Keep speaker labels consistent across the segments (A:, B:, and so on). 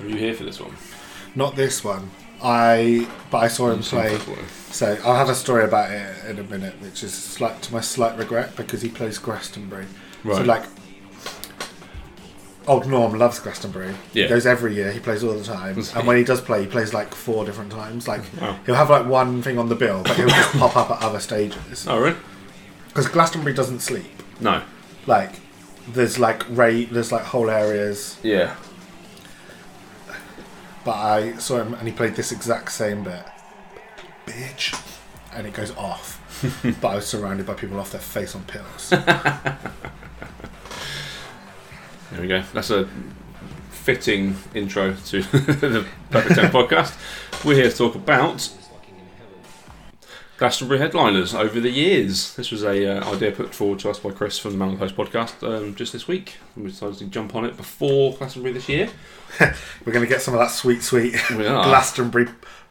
A: Were you here for this one?
B: Not this one. I but I saw him
A: You've seen
B: play.
A: Fat Boy.
B: So I'll have a story about it in a minute, which is slight to my slight regret because he plays Glastonbury. So
A: Right.
B: like, old Norm loves Glastonbury.
A: Yeah.
B: He goes every year. He plays all the time,
A: Was
B: and
A: he? Oh.
B: when he does play, he plays like four different times. Like
A: Wow.
B: he'll have like one thing on the bill, but he'll just pop up at other stages
A: Oh, really?
B: because Glastonbury doesn't sleep.
A: No.
B: Like there's like rate, there's like whole areas.
A: Yeah.
B: But I saw him and he played this exact same bit. Bitch. And it goes off. but I was surrounded by people off their face on pills.
A: There we go. That's a fitting intro to the Perfect Ten podcast. We're here to talk about Glastonbury headliners over the years. This was a uh, idea put forward to us by Chris from the Man on the Post podcast um, just this week. And we decided to jump on it before Glastonbury this year.
B: We're going to get some of that sweet, sweet
A: We are.
B: Glastonbury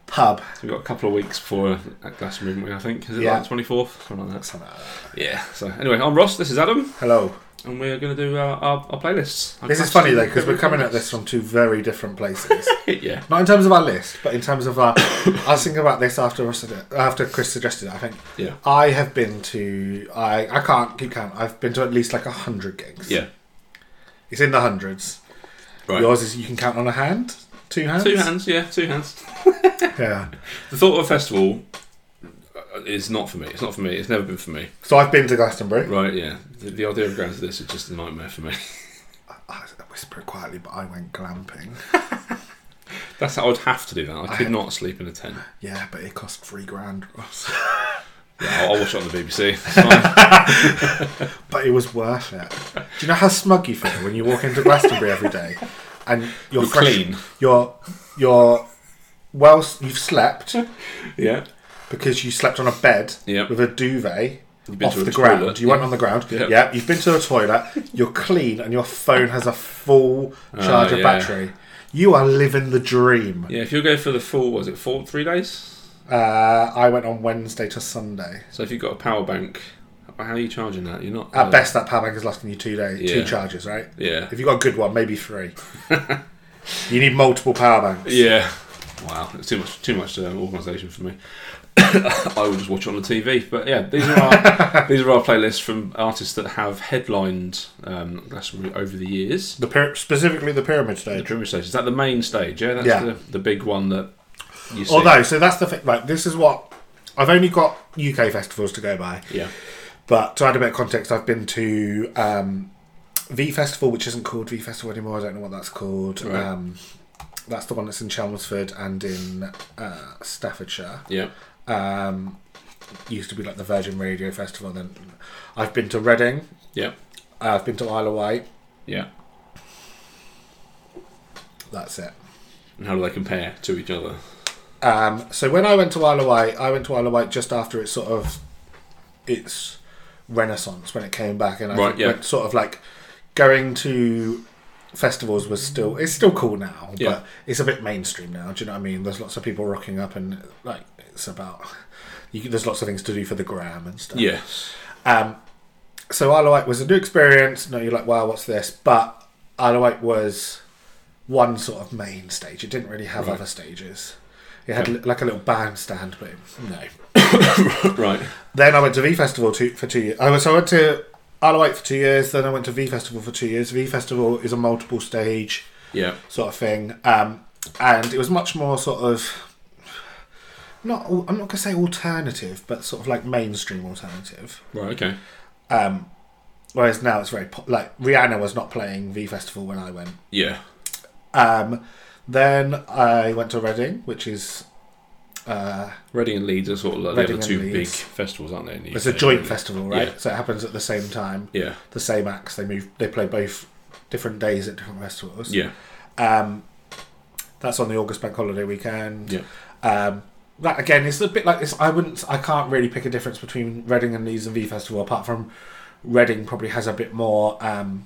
B: pub.
A: So we've got a couple of weeks before uh, at Glastonbury, haven't we, I think. Is it
B: Yeah.
A: like the 24th? Something like that.
B: Something like that.
A: Yeah. So anyway, I'm Ross. This is Adam.
B: Hello.
A: and we're going to do our, our, our playlists. Our
B: This
A: Glastonbury
B: is funny though, because we're
A: favourite
B: coming at
A: playlists.
B: this from two very different places.
A: yeah.
B: Not in terms of our list, but in terms of our. I was thinking about this after Ross sugge- after Chris suggested it. I think
A: Yeah.
B: I have been to I I can't keep count. I've been to at least like a hundred gigs.
A: Yeah.
B: it's in the hundreds.
A: Right.
B: Yours is you can count on a hand, two hands.
A: Two hands. Yeah. Two hands.
B: Yeah.
A: The thought of a festival uh, is not for me. It's not for me. It's never been for me.
B: So I've been to Glastonbury.
A: Right. Yeah. The, the idea of going to this is just a nightmare for me.
B: I whisper it quietly, but I went glamping.
A: That's how I'd have to do that. I could
B: I-
A: not sleep in a tent.
B: Yeah, but it cost three grand, Ross.
A: Yeah, I'll, I'll watch it on the BBC. It's fine.
B: but it was worth it. Do you know how smug you feel when you walk into Glastonbury every day and you're,
A: You're
B: fresh,
A: clean.
B: You're you're well. s- You've slept
A: yeah.
B: because you slept on a bed
A: Yep.
B: with a duvet.
A: been
B: Off
A: to a
B: the ground,
A: toilet.
B: you went on the ground.
A: Yep.
B: Yeah, you've been to a toilet. You're clean, and your phone has a full charge of
A: Ah, yeah.
B: battery. You are living the dream.
A: Yeah. If you'll go for the full, was it four, three days?
B: Uh, I went on Wednesday to Sunday.
A: So if you've got a power bank, how are you charging that? You're not.
B: At
A: uh,
B: best, that power bank is lasting you two days, two
A: Yeah.
B: charges, right?
A: Yeah.
B: If you got a good one, maybe three. you need multiple power banks.
A: Yeah. Wow, it's too much, too much uh, organisation for me. I will just watch it on the TV. But yeah, these are our these are our playlists from artists that have headlined um, Glastonbury over the years.
B: The pyra- specifically the pyramid
A: The
B: stage.
A: Drummond stage is that the main stage? Yeah, that's
B: Yeah.
A: The, the big one that you see.
B: Although, so that's the thing. Like, this is what I've only got UK festivals to go by.
A: yeah,
B: But to add a bit of context, I've been to um, V Festival, which isn't called V Festival anymore. I don't know what that's called.
A: Right.
B: Um, that's the one that's in Chelmsford and in uh, Staffordshire.
A: yeah,
B: Um, used to be like the Virgin Radio Festival. Then I've been to Reading.
A: yeah,
B: I've been to Isle of Wight.
A: yeah.
B: That's it.
A: And how do they compare to each other?
B: Um, so when I went to Isle of Wight, I went to Isle of Wight just after its sort of its renaissance when it came back, and I
A: Right,
B: think
A: yeah.
B: went sort of like going to festivals was still it's still cool now,
A: Yeah.
B: but it's a bit mainstream now. Do you know what I mean? There's lots of people rocking up, and like it's about you, can- there's lots of things to do for the gram and stuff.
A: Yes,
B: Um, so Isle of Wight was a new experience. No, you're like, wow, what's this? But Isle of Wight was one sort of main stage. It didn't really have
A: Right.
B: other stages. It had li- like a little bandstand, but it- no.
A: right.
B: Then I went to V Festival two, for two years. I was, so I went to Isle of Wight for two years. Then I went to V Festival for two years. V Festival is a multiple stage
A: Yeah,
B: sort of thing, um, and it was much more sort of not. al- I'm not gonna say alternative, but sort of like mainstream alternative.
A: right. Okay.
B: Um, whereas now it's very po- like Rihanna was not playing V Festival when I went.
A: Yeah,
B: Um, then I went to Reading, which is uh,
A: Reading and Leeds are sort of like the
B: Reading
A: other two
B: and
A: big
B: Leeds.
A: festivals, aren't they? in the
B: it's a
A: UK,
B: joint
A: really?
B: festival, right?
A: Yeah.
B: So it happens at the same time,
A: Yeah,
B: the same acts. They move, they play both different days at different festivals.
A: yeah,
B: Um, that's on the August bank holiday weekend.
A: yeah.
B: Um, that again is a bit like this. I wouldn't, I can't really pick a difference between Reading and Leeds and V Festival apart from Reading probably has a bit more um,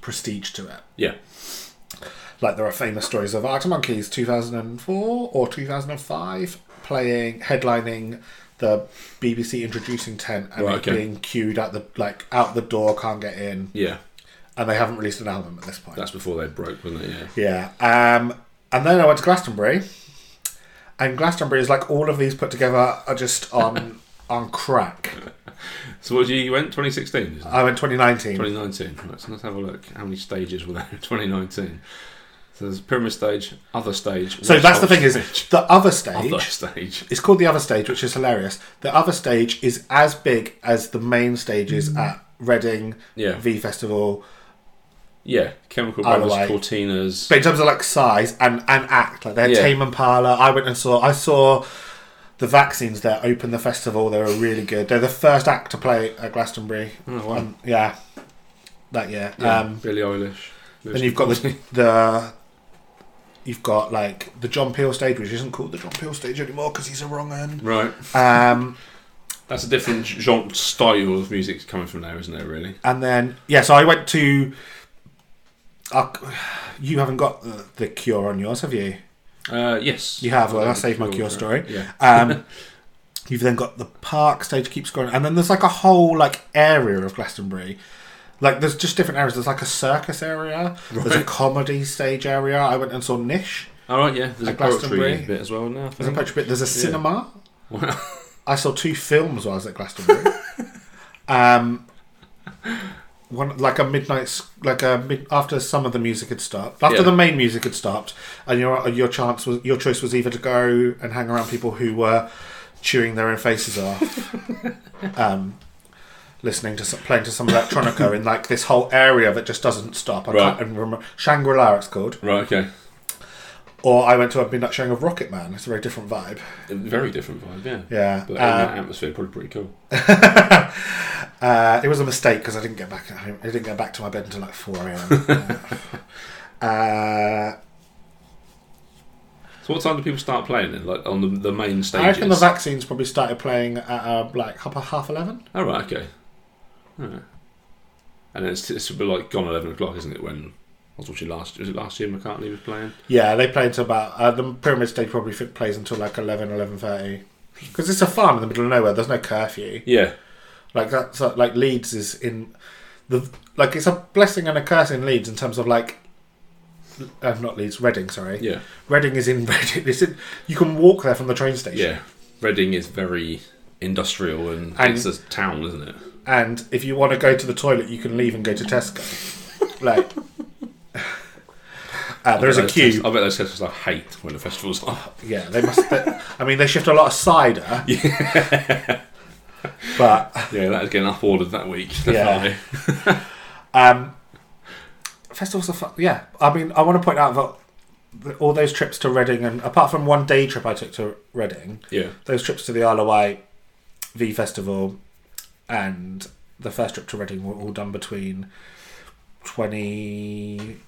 B: prestige to it.
A: Yeah.
B: Like there are famous stories of Arctic Monkeys 2004 or 2005 playing, headlining the BBC introducing tent and
A: Right,
B: it
A: okay.
B: being queued out the like out the door, can't get in,
A: Yeah,
B: and they haven't released an album at this point.
A: that's before they broke, wasn't it? Yeah.
B: yeah. Um, And then I went to Glastonbury, and Glastonbury is like all of these put together are just on on crack.
A: So what year you went? 2016, isn't it?
B: I went 2019.
A: 2019. Right, so let's have a look. How many stages were there in 2019? So there's pyramid stage, other stage.
B: So
A: watch
B: that's the
A: top
B: thing is
A: stage,
B: the other stage.
A: other stage.
B: It's called the other stage, which is hilarious. The other stage is as big as the main stages at Reading
A: Mm. Yeah.
B: V Festival,
A: Yeah, Chemical
B: Either
A: Brothers,
B: way.
A: Cortinas.
B: but in terms of like size and, and act, like they're
A: Yeah.
B: Tame Impala. I went and saw. I saw the vaccines there open the festival. They were really good. They're the first act to play at Glastonbury.
A: Oh, wow.
B: Um, yeah, that year.
A: yeah,
B: Um,
A: Billie Eilish.
B: then you've got the the. You've got like the John Peel stage, which isn't called the John Peel stage anymore because he's a wrong end.
A: right.
B: Um,
A: That's a different genre style of music coming from there, isn't it? Really.
B: And then, yeah, so I went to. Uh, you haven't got the, the cure on yours, have you?
A: Uh, yes.
B: You have. Well,
A: Well,
B: I saved my
A: sure,
B: cure
A: sure.
B: story.
A: Yeah.
B: Um, you've then got the park stage keeps going, and then there's like a whole like area of Glastonbury. Like there's just different areas. There's like a circus area. There's a
A: Right.
B: comedy stage area. I went and saw Nish.
A: All right. Yeah. There's a
B: At Glastonbury.
A: poetry bit as well now. I
B: There's a
A: think.
B: poetry bit. There's a cinema.
A: Wow.
B: I saw two films while I was at Glastonbury. um, one like a midnight, s- like a mid, after some of the music had stopped, after
A: Yeah.
B: the main music had stopped, and your your chance was your choice was either to go and hang around people who were chewing their own faces off, um, listening to some, playing to some electronica in like this whole area that just doesn't stop. I
A: Right.
B: can't even remember Shangri La it's called,
A: Right. Okay.
B: or I went to a midnight showing of Rocket Man. It's a very different vibe.
A: Very different vibe. Yeah.
B: Yeah,
A: But in
B: Uh,
A: that atmosphere, probably pretty cool.
B: Uh, it was a mistake because I didn't get back at home. I didn't get back to my bed until like four a.m. uh,
A: So what time do people start playing then? Like on the, the main stages?
B: I reckon the vaccines probably started playing at uh, like half half eleven.
A: Oh right, okay. Alright. And then it's, it's a bit like gone eleven o'clock, isn't it? When I was watching last, was it last year McCartney was playing?
B: Yeah, they played until about uh, the pyramid stage probably fit, plays until like 11, 11.30. because it's a farm in the middle of nowhere. There's no curfew.
A: Yeah,
B: Like that's uh, like Leeds is in the like it's a blessing and a curse in Leeds in terms of like uh, not Leeds Reading sorry
A: yeah,
B: Reading is in Reading. It's in, you can walk there from the train station.
A: yeah. Reading is very industrial and,
B: And-
A: it's a town, isn't it?
B: and if you want to go to the toilet, you can leave and go to Tesco. like, uh, there is a
A: Those
B: queue.
A: Tes- I bet those Tesco's I hate when the festival's on.
B: Yeah, they must. They, I mean, they shift a lot of cider. but
A: Yeah, that is getting up ordered that week.
B: Yeah. um, festivals are fun. Yeah, I mean, I want to point out that the- all those trips to Reading, and apart from one day trip I took to Reading,
A: yeah,
B: those trips to the Isle of Wight, V Festival, and the first trip to Reading were all done between 20,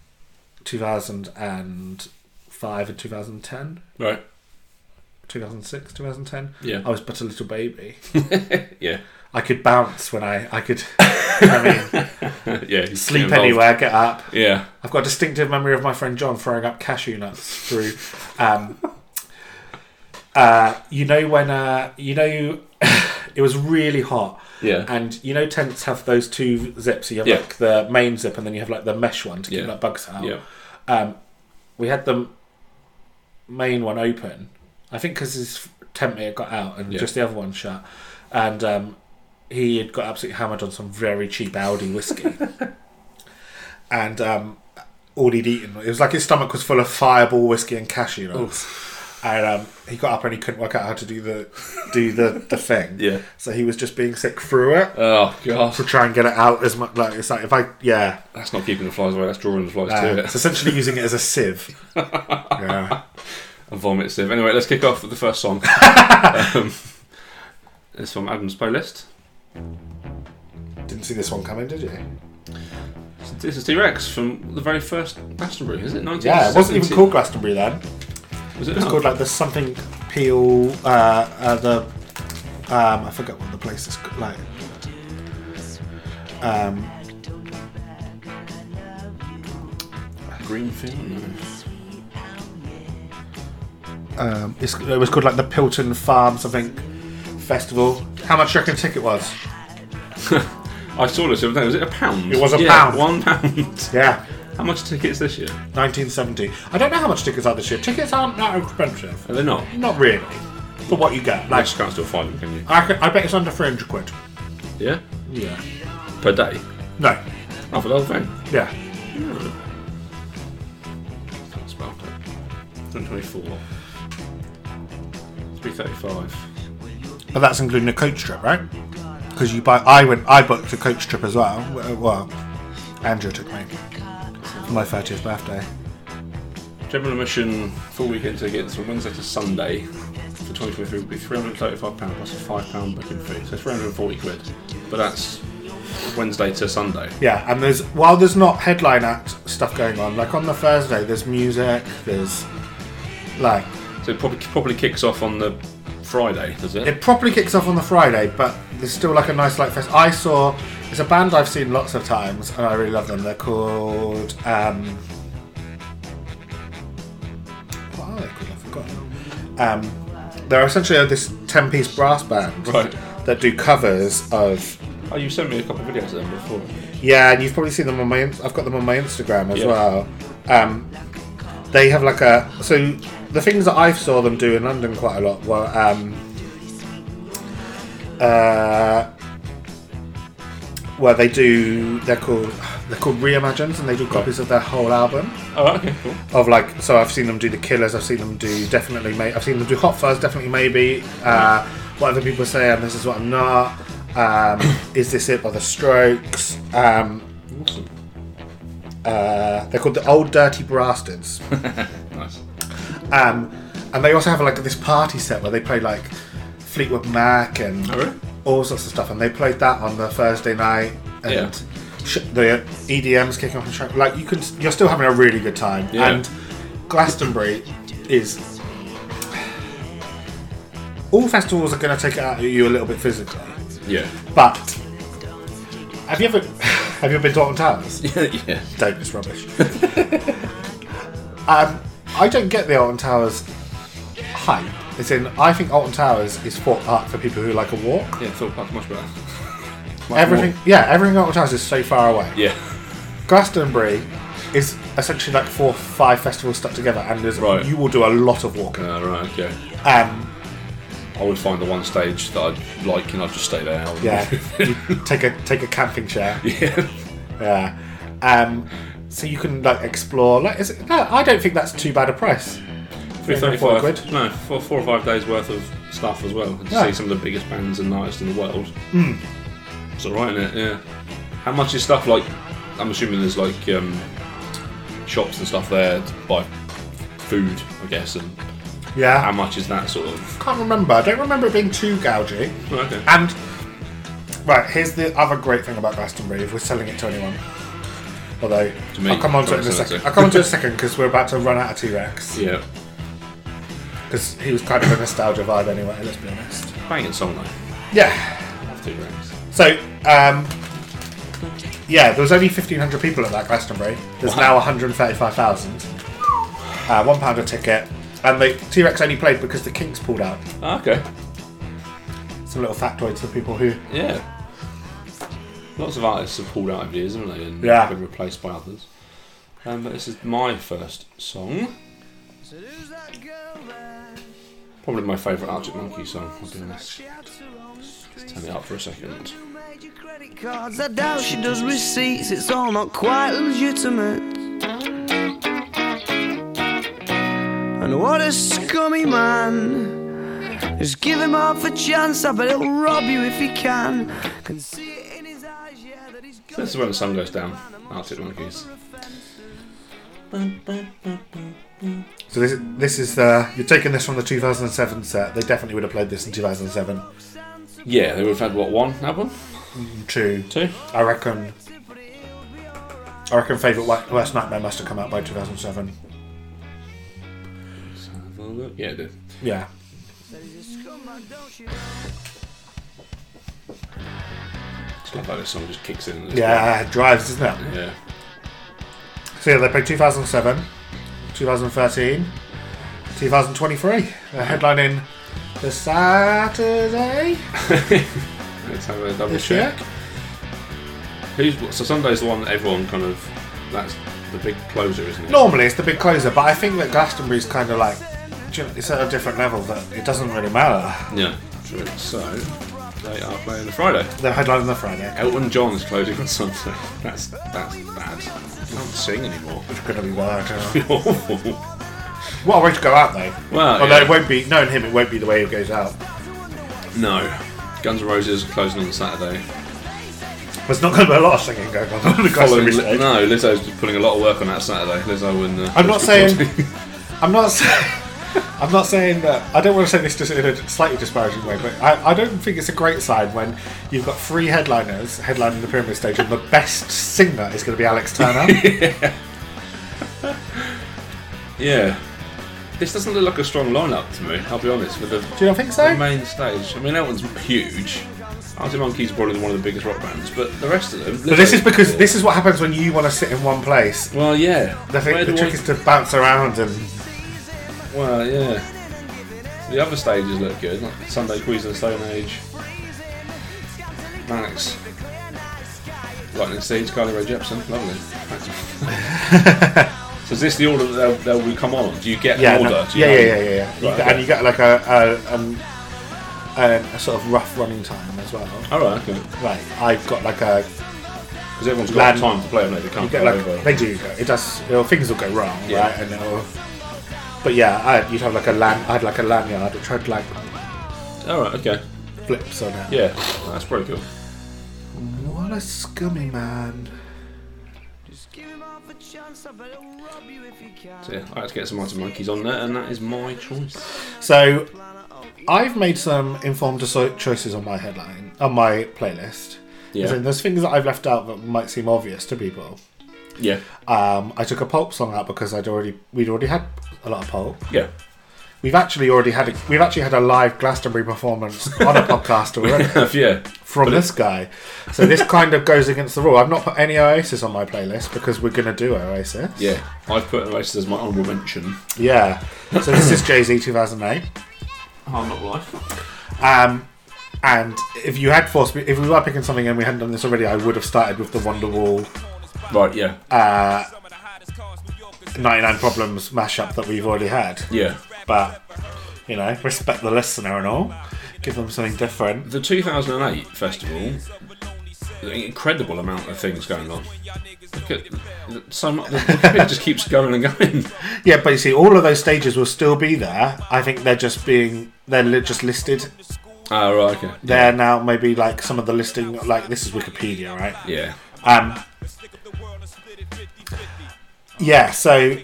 B: 2005 and 2010,
A: right,
B: 2006, 2010.
A: yeah,
B: I was but a little baby.
A: yeah,
B: I could bounce when I, I could, I mean,
A: yeah. you
B: Oh, sleep
A: get involved.
B: anywhere, get up.
A: Yeah,
B: I've got a distinctive memory of my friend John throwing up cashew nuts through. Um, uh, you know when uh, you know it was really hot,
A: yeah,
B: and you know tents have those two zips. You have
A: Yeah.
B: like the main zip, and then you have like the mesh one to keep
A: Yeah.
B: like bugs out.
A: yeah.
B: Um, we had the main one open, I think, because his tent mate had got out, and
A: Yeah.
B: just the other one shut, and um, he had got absolutely hammered on some very cheap Aldi whiskey, and um, all he'd eaten it was like his stomach was full of Fireball whiskey and cashew nuts. And um, he got up and he couldn't work out how to do the do the, the thing.
A: Yeah.
B: So he was just being sick through it
A: Oh god,
B: to try and get it out as much. Like it's like if I yeah,
A: that's not keeping the flies away. That's drawing the flies
B: uh,
A: to it.
B: it's essentially using it as a sieve. yeah.
A: A vomit sieve. Anyway, let's kick off with the first song. um, it's from Adam's playlist.
B: Didn't see this one coming, did you?
A: This is T Rex from the very first Glastonbury, is it? 1970?
B: Yeah, it wasn't even called Glastonbury then.
A: Was it?
B: It was
A: Oh.
B: called like the something Peel. Uh, uh, the um, I forget what the place is c- like. Um,
A: Greenfield. No.
B: um, it's, it was called like the Pilton Farm something festival. How much do you reckon a ticket was?
A: I saw this the other day. Was it a pound?
B: It was a
A: Yeah,
B: pound.
A: One pound.
B: Yeah,
A: How much tickets this year?
B: 1970. I don't know how much tickets are this year. Tickets aren't that expensive.
A: Are they not?
B: Not really. For what you get.
A: I
B: Like,
A: just can't still find them, can you?
B: I, c- I bet it's under 300 quid.
A: Yeah?
B: Yeah.
A: Per day?
B: No.
A: Oh, for the whole thing?
B: Yeah.
A: Can't spell that. 124. 335.
B: But that's including a coach trip, right? Because you buy. I went. I booked a coach trip as well. W- Well, Andrew took me for my 30th birthday.
A: General admission, full weekend tickets from Wednesday to Sunday for 2023 would be £335 plus a £5 booking fee. So 340 quid. But that's Wednesday to Sunday.
B: Yeah, and there's while there's not headline act stuff going on, like on the Thursday, there's music. There's like
A: So it probably, probably kicks off on the Friday, does it?
B: it properly kicks off on the Friday, but there's still like a nice light fest. I saw it's a band I've seen lots of times, and I really love them. They're called um, what are they called? I've forgotten. Um, they're essentially this ten-piece brass band
A: Right.
B: that do covers of
A: Oh, you sent me a couple of videos of them before.
B: yeah, and you've probably seen them on my. ins- I've got them on my Instagram as
A: Yeah.
B: well. Um, they have like a so the things that I saw them do in London quite a lot were um, uh, where they do they're called they're called reimagines and they do copies of their whole album
A: Oh, okay, cool.
B: of like so I've seen them do the Killers, I've seen them do definitely May I've seen them do Hot Fuzz, definitely maybe. Uh, whatever people say, and this is what I'm not. Um, is this it by the Strokes? Um,
A: Awesome.
B: uh, they're called the Old Dirty Bastards,
A: Nice.
B: um, and they also have like this party set where they play like Fleetwood Mac and
A: Oh, really?
B: all sorts of stuff, and they played that on the Thursday night and.
A: Yeah.
B: Sh- the EDM's kicking off and track. Like you can, you're still having a really good time.
A: Yeah.
B: And Glastonbury is all festivals are going to take it out of you a little bit physically.
A: Yeah.
B: But have you ever have you ever been to Alton Towers?
A: yeah.
B: don't. It's rubbish. um, I don't get the Alton Towers hype. As in, I think Alton Towers is for art for people who like a walk.
A: Yeah, Thought Park's much better. Much
B: everything,
A: more-
B: yeah, everything Alton Towers is so far away.
A: Yeah.
B: Glastonbury is essentially like four, five festivals stuck together, and there's,
A: Right.
B: you will do a lot of walking.
A: Uh, right, okay.
B: Um,
A: I would find the one stage that I'd like and I'd just stay there.
B: yeah, you take a take a camping chair.
A: yeah.
B: Yeah. Um, so you can like explore. Like, is it, no, I don't think that's too bad a price.
A: 335
B: quid.
A: No, four, four or five days worth of stuff as well. And to
B: Yeah.
A: see some of the biggest bands and artists in the world. It's alright, isn't it? Yeah. How much is stuff like. I'm assuming there's like um, shops and stuff there to buy food, I guess, and
B: Yeah,
A: how much is that sort of.
B: can't remember. I don't remember it being too gougy.
A: Oh, Okay.
B: And right, here's the other great thing about Glastonbury. If we're selling it to anyone, although
A: To me,
B: I'll come on to it in a
A: don't sell it
B: second.
A: to.
B: I'll come on to it in a second because we're about to run out of T Rex.
A: Yeah.
B: Because he was kind of a nostalgia vibe anyway. Let's be honest.
A: Banging song though.
B: Yeah.
A: Have two rings.
B: So, um, yeah, there was only 1,500 people at that Glastonbury. There's now 135,000. Uh, one pound a ticket. And the T Rex only played because the Kinks pulled out.
A: Ah, okay.
B: Some little factoids for people who.
A: Yeah. Lots of artists have pulled out of years, haven't they? And
B: Yeah.
A: been replaced by others. Um, but this is my first song. Probably my favourite Arctic Monkey song, I'll be honest. Let's turn it up for a second.
C: Cards, I doubt she does receipts, it's all not quite legitimate. And what a scummy man. Just give him half a chance, I bet he'll rob you if he can. Can see it in his eyes, yeah, that he's got
A: This is when the sun goes down, Arctic Monkeys.
B: So this this is uh, you're taking this from the 2007 set. They definitely would have played this in 2007.
A: Yeah, they would have had, what, one album?
B: Two,
A: Two?
B: I reckon. I reckon favourite White- Worst Nightmare must have come out by 2007.
A: Let's have a look. Yeah, it did.
B: Yeah.
A: It's not like this song just kicks in. and it's
B: Yeah, it drives, isn't it?
A: great. Yeah.
B: So yeah, they played 2007, 2013, 2023. They're headlining the Saturday
A: Let's have a double
B: this
A: check.
B: year.
A: Who's so Sunday's the one that everyone kind of that's the big closer, isn't it?
B: Normally it's the big closer, but I think that Glastonbury's kind of like do you know, it's at a different level that it doesn't really matter.
A: Yeah. True. So they are playing the Friday.
B: They're headlining the Friday.
A: Elton John is closing on Sunday. That's that's bad. I can't sing anymore.
B: It's gonna be wild. uh,
A: Awful.
B: What a way to go out though.
A: Well,
B: Although
A: yeah.
B: it won't be knowing him, it won't be the way he goes out.
A: no. Guns N' Roses are closing on Saturday.
B: There's not going to be a lot of singing going on. on the
A: Following,
B: Glastonbury stage.
A: no, Lizzo's putting a lot of work on that Saturday. Lizzo and uh,
B: I'm not
A: Jessica
B: saying-
A: Chastain.
B: I'm not saying. I'm not saying that. I don't want to say this just in a slightly disparaging way, but I, I don't think it's a great sign when you've got three headliners headlining the pyramid stage, and the best singer is going to be Alex Turner.
A: Yeah. This doesn't look like a strong lineup to me, I'll be honest, with the,
B: Do you not think
A: the
B: so?
A: main stage. I mean, that one's huge. Arctic Monkeys are probably one of the biggest rock bands, but the rest of them.
B: But this is because this is what happens when you want to sit in one place.
A: Well, yeah.
B: The,
A: Where
B: thing, the
A: do
B: trick
A: I-
B: is to bounce around and
A: Well, yeah. The other stages look good, like Sunday Queens of the Stone Age, Max, Lightning Seeds, Carly Rae Jepsen, lovely. so is this the order that they'll, they'll will come on? Do you get
B: yeah,
A: an order?
B: no-
A: Do you
B: yeah, yeah,
A: know?
B: yeah, yeah, yeah. You
A: Right,
B: get-
A: okay.
B: And you get like a a, um, um, a sort of rough running time as well.
A: All right, okay.
B: Right, I've got like a
A: Because everyone's got
B: Land-
A: time to play, haven't they? They
B: You
A: can't
B: get
A: play
B: like
A: over.
B: they do. It does. You know, things will go wrong,
A: Yeah.
B: right? And it'll, but yeah, I, you'd have like a land. I had like a lanyard which had like
A: All right, okay.
B: flips on it.
A: Yeah, that's pretty cool.
B: What a scummy man!
C: Just give him half a chance, I bet he'll rob you if he can.
A: So yeah, I had to get some Mighty Monkeys on there, and that is my choice.
B: So I've made some informed deso- choices on my headline on my playlist.
A: Yeah.
B: So there's things that I've left out that might seem obvious to people.
A: Yeah,
B: Um, I took a pulp song out because I'd already we'd already had a lot of pulp.
A: yeah.
B: We've actually already had a, we've actually had a live Glastonbury performance on a podcast already.
A: yeah.
B: from this guy. So this kind of goes against the rule. I've not put any Oasis on my playlist because we're gonna do Oasis.
A: Yeah. I've put Oasis as my honourable mention.
B: Yeah. So this is Jay Z 2008.
A: Hard Knock Life.
B: Um, and if you had forced me, if we were picking something and we hadn't done this already, I would have started with the Wonderwall
A: Right, yeah.
B: uh, 99 Problems mashup that we've already had.
A: yeah.
B: But you know, respect the listener and all. Give them something different.
A: The 2008 festival, an incredible amount of things going on. Look at, so much, it just keeps going and going.
B: Yeah, but you see, all of those stages will still be there. I think they're just being they're li- just listed
A: Oh, right, okay.
B: they're now maybe like some of the listing like this is wikipedia right
A: Yeah.
B: um yeah so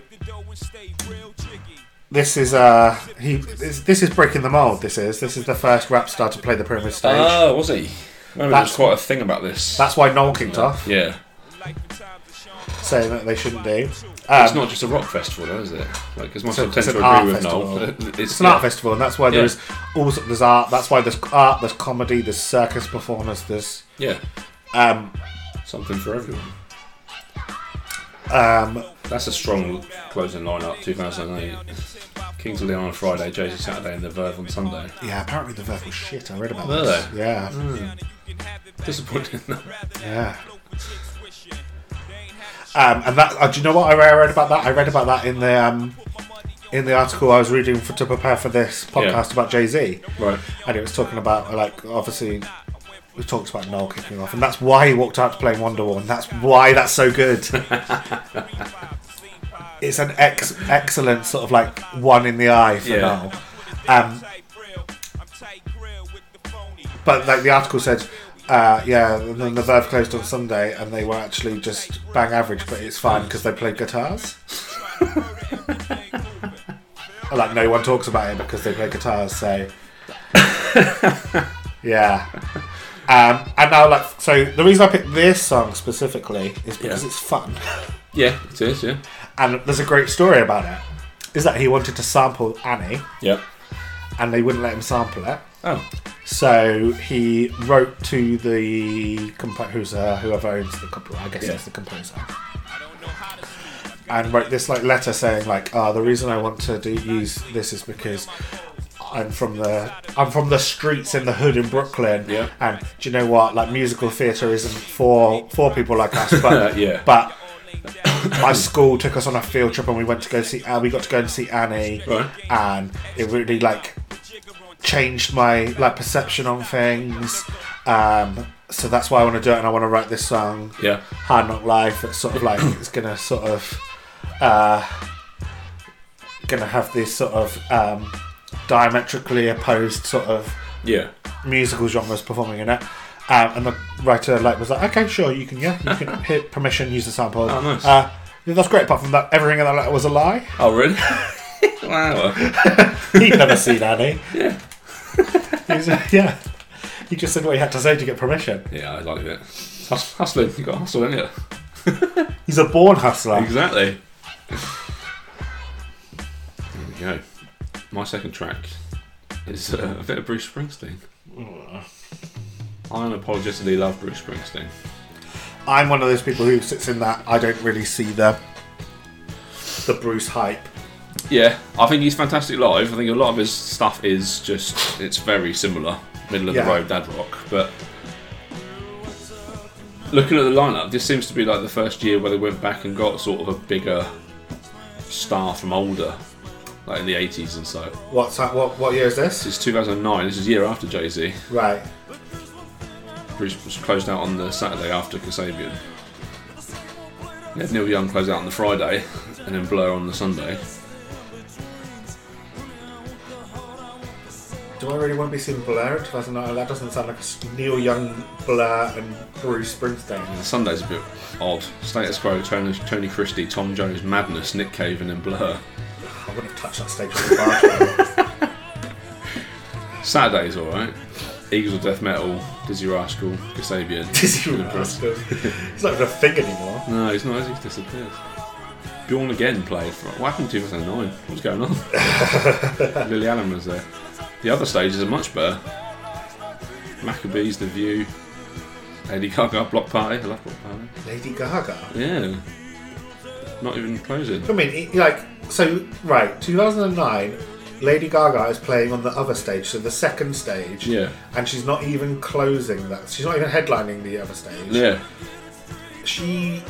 B: this is uh he this, this is breaking the mold this is this is the first rap star to play the pyramid stage
A: Oh, was he? I remember there was
B: That's-
A: quite a thing about this.
B: that's why noel kicked off
A: yeah.
B: saying that they shouldn't do
A: It's
B: um,
A: not just a rock festival, though, is it? Like, as much as I
B: it's
A: tend to
B: an
A: agree
B: art
A: with
B: festival.
A: Noel, it's,
B: it's an art festival and that's why
A: Yeah.
B: there's all sort- there's art that's why there's art there's comedy there's circus performers there's
A: Yeah,
B: um
A: something for everyone.
B: um
A: That's a strong closing lineup. 2008. Kings of Leon on Friday, Jay Z Saturday, and The Verve on Sunday.
B: yeah apparently the verb was shit i read about
A: Were
B: this
A: they?
B: yeah
A: Disappointing.
B: Yeah. Um, and that, uh, do you know what I re- I read about that? I read about that in the um, in the article I was reading for to prepare for this podcast about Jay Z,
A: right.
B: and it was talking about like obviously we talked about Noel kicking off, and that's why he walked out to playing Wonderwall, and that's why that's so good. it's an ex- excellent sort of like one in the eye for
A: Yeah.
B: Noel. Um, but like the article said, uh, yeah, and then the Verve closed on Sunday, and they were actually just bang average, but it's fine because they played guitars. like no one talks about it because they play guitars, so yeah. Um, and now, like, so the reason I picked this song specifically is because
A: Yeah.
B: it's fun,
A: Yeah, it is. Yeah.
B: and there's a great story about it. Is that he wanted to sample Annie,
A: Yeah.
B: and they wouldn't let him sample it.
A: Oh.
B: So he wrote to the composer, whoever owns the composer, I guess
A: Yeah.
B: it's the composer, and wrote this like letter saying like, "Ah, the reason I want to do, use this is because I'm from the I'm from the streets in the hood in Brooklyn,
A: Yeah.
B: and do you know what? Like musical theatre isn't for for people like us, but
A: Yeah.
B: but my school took us on a field trip and we went to go see. Uh, we got to go and see Annie,
A: Right.
B: and it really like changed my like perception on things. Um, so that's why I want to do it, and I want to write this song.
A: Yeah.
B: Hard Knock Life. It's sort of like it's gonna sort of uh, gonna have this sort of um, diametrically opposed sort of
A: Yeah.
B: musical genres performing in it. Um, and the writer like was like, okay, sure, you can yeah, you can hit permission, use the sample.
A: Oh, nice.
B: Uh, yeah, that's great. Apart from that, everything in that letter was a lie.
A: Oh, really? wow.
B: He'd never seen Annie.
A: Yeah.
B: He was, yeah, he just said what he had to say to get permission.
A: Yeah, I like it. Hus- Hustling. You got to hustle, haven't you?
B: He's a born hustler.
A: Exactly. There we go. My second track is uh, a bit of Bruce Springsteen. I unapologetically love Bruce Springsteen.
B: I'm one of those people who sits in that. I don't really see the the Bruce hype.
A: Yeah, I think he's fantastic live. I think a lot of his stuff is just it's very similar, middle of
B: Yeah.
A: the road dad rock. But looking at the lineup, this seems to be like the first year where they went back and got sort of a bigger star from older, like in the eighties and so.
B: What's that? What what year is this?
A: This is two thousand nine. This is a year after Jay Z.
B: Right.
A: Bruce was closed out on the Saturday after Kasabian. They had Neil Young close out on the Friday, and then Blur on the Sunday.
B: Do I really want to be seeing Blur in 2009? That doesn't sound like a s- Neil Young, Blur, and Bruce Springsteen.
A: The Sunday's a bit odd. Status Quo, Tony, Tony Christie, Tom Jones, Madness, Nick Cave, and then Blur.
B: I wouldn't have touched that stage with a barge pole.
A: Saturday's alright. Eagles of Death Metal, Dizzy Rascal, Kasabian.
B: Dizzy
A: and Blur.
B: Rascal. He's not even a thing anymore.
A: No, he's not, he's disappeared. Bjorn again played for. What happened in 2009? What's going on? Lily Allen was there. The other stages are much better. Maccabees, The View, Lady Gaga, Block Party. I love Block Party.
B: Lady Gaga.
A: Yeah. Not even closing.
B: I mean, it- like, so, right, 2009, Lady Gaga is playing on the other stage, so the second stage.
A: Yeah.
B: And she's not even closing that. She's not even headlining the other stage.
A: Yeah.
B: She,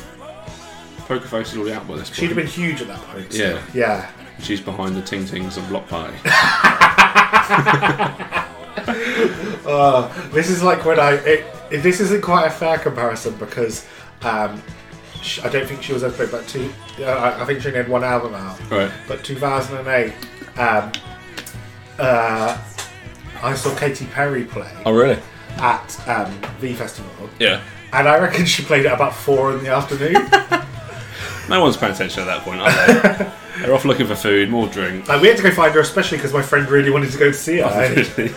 A: Poker Face is already out by this point.
B: she'd have been huge at that point.
A: Yeah.
B: Yeah.
A: She's behind the ting tings of Block Party.
B: This is like when I. It, it- this isn't quite a fair comparison because um, sh I don't think she was as big, but two. Uh, I- I think she only had one album out.
A: right.
B: But 2008, um, uh, I saw Katy Perry play
A: really?
B: at um, the festival,
A: Yeah.
B: and I reckon she played at about four in the afternoon.
A: No one's paying attention at that point, are they? They're off looking for food, more drink.
B: like we had to go find her, especially because my friend really wanted to go see her.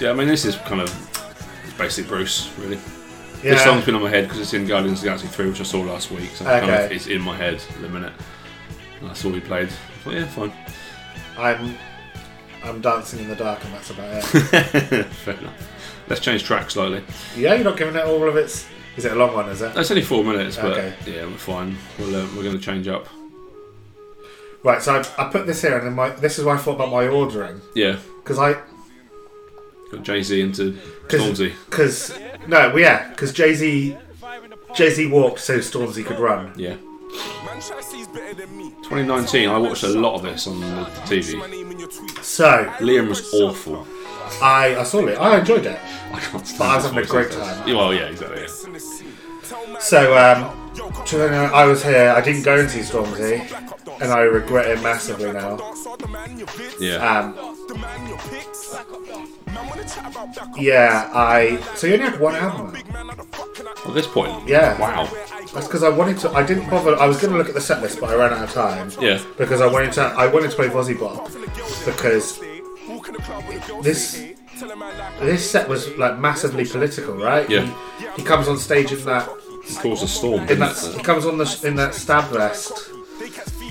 A: yeah, I mean, this is kind of basic Bruce, really. This song's been on my head because it's in Guardians of the Galaxy 3, which I saw last week, so kind of,
B: Okay.
A: it's in my head at the minute. And I saw he played. I thought, yeah, fine.
B: I'm, I'm dancing in the dark, and that's about it.
A: Fair enough. Let's change track slightly.
B: yeah, you're not giving it all of its. Is it a long one? Is it?
A: That's only four minutes, but
B: Okay.
A: yeah, we're fine. We'll, uh, we're going to change up.
B: Right, so I, I put this here, and then my, this is why I thought about my ordering
A: Yeah,
B: because I
A: got Jay Z into
B: Cause,
A: Stormzy.
B: 'cause- no, well, yeah, because Jay Z, Jay Z walked so Stormzy could run.
A: Yeah.
D: Man, Chelsea's better than me.
A: 2019, I watched a lot of this on the
D: My
A: TV.
D: name in your tweets.
B: So
A: Liam was awful.
B: I, I saw it. I enjoyed it.
A: I can't stand
B: But I was
A: his
B: having a
A: voice
B: great
A: these days.
B: time.
A: Yeah, Well, yeah, exactly.
D: It's in the scene. Tell Matt-
B: So um,
D: Yo, come
B: to when I was here, I didn't go and see Stormzy, and I regret it massively now.
D: dance, all the man your bits.
A: Yeah.
B: Um,
D: The man your pics. Man, wanna chat about back up.
B: yeah, I. So you only had one album. out.
D: Big man, how the fuck can I-
A: At this point,
B: Uh, Yeah.
A: Wow.
B: That's because I wanted to. I didn't bother. I was going to look at the set list, but I ran out of time.
A: Yeah.
B: Because I wanted to. I wanted to play Vozzy Bob because
D: Walk in the club with a girl
B: This-
D: say, tell a man like-
B: this set was like massively political, right?
A: Yeah.
B: He, he comes on stage in that
A: Caused a storm,
B: in
A: didn't
B: that he
A: it?
B: comes on the in that stab vest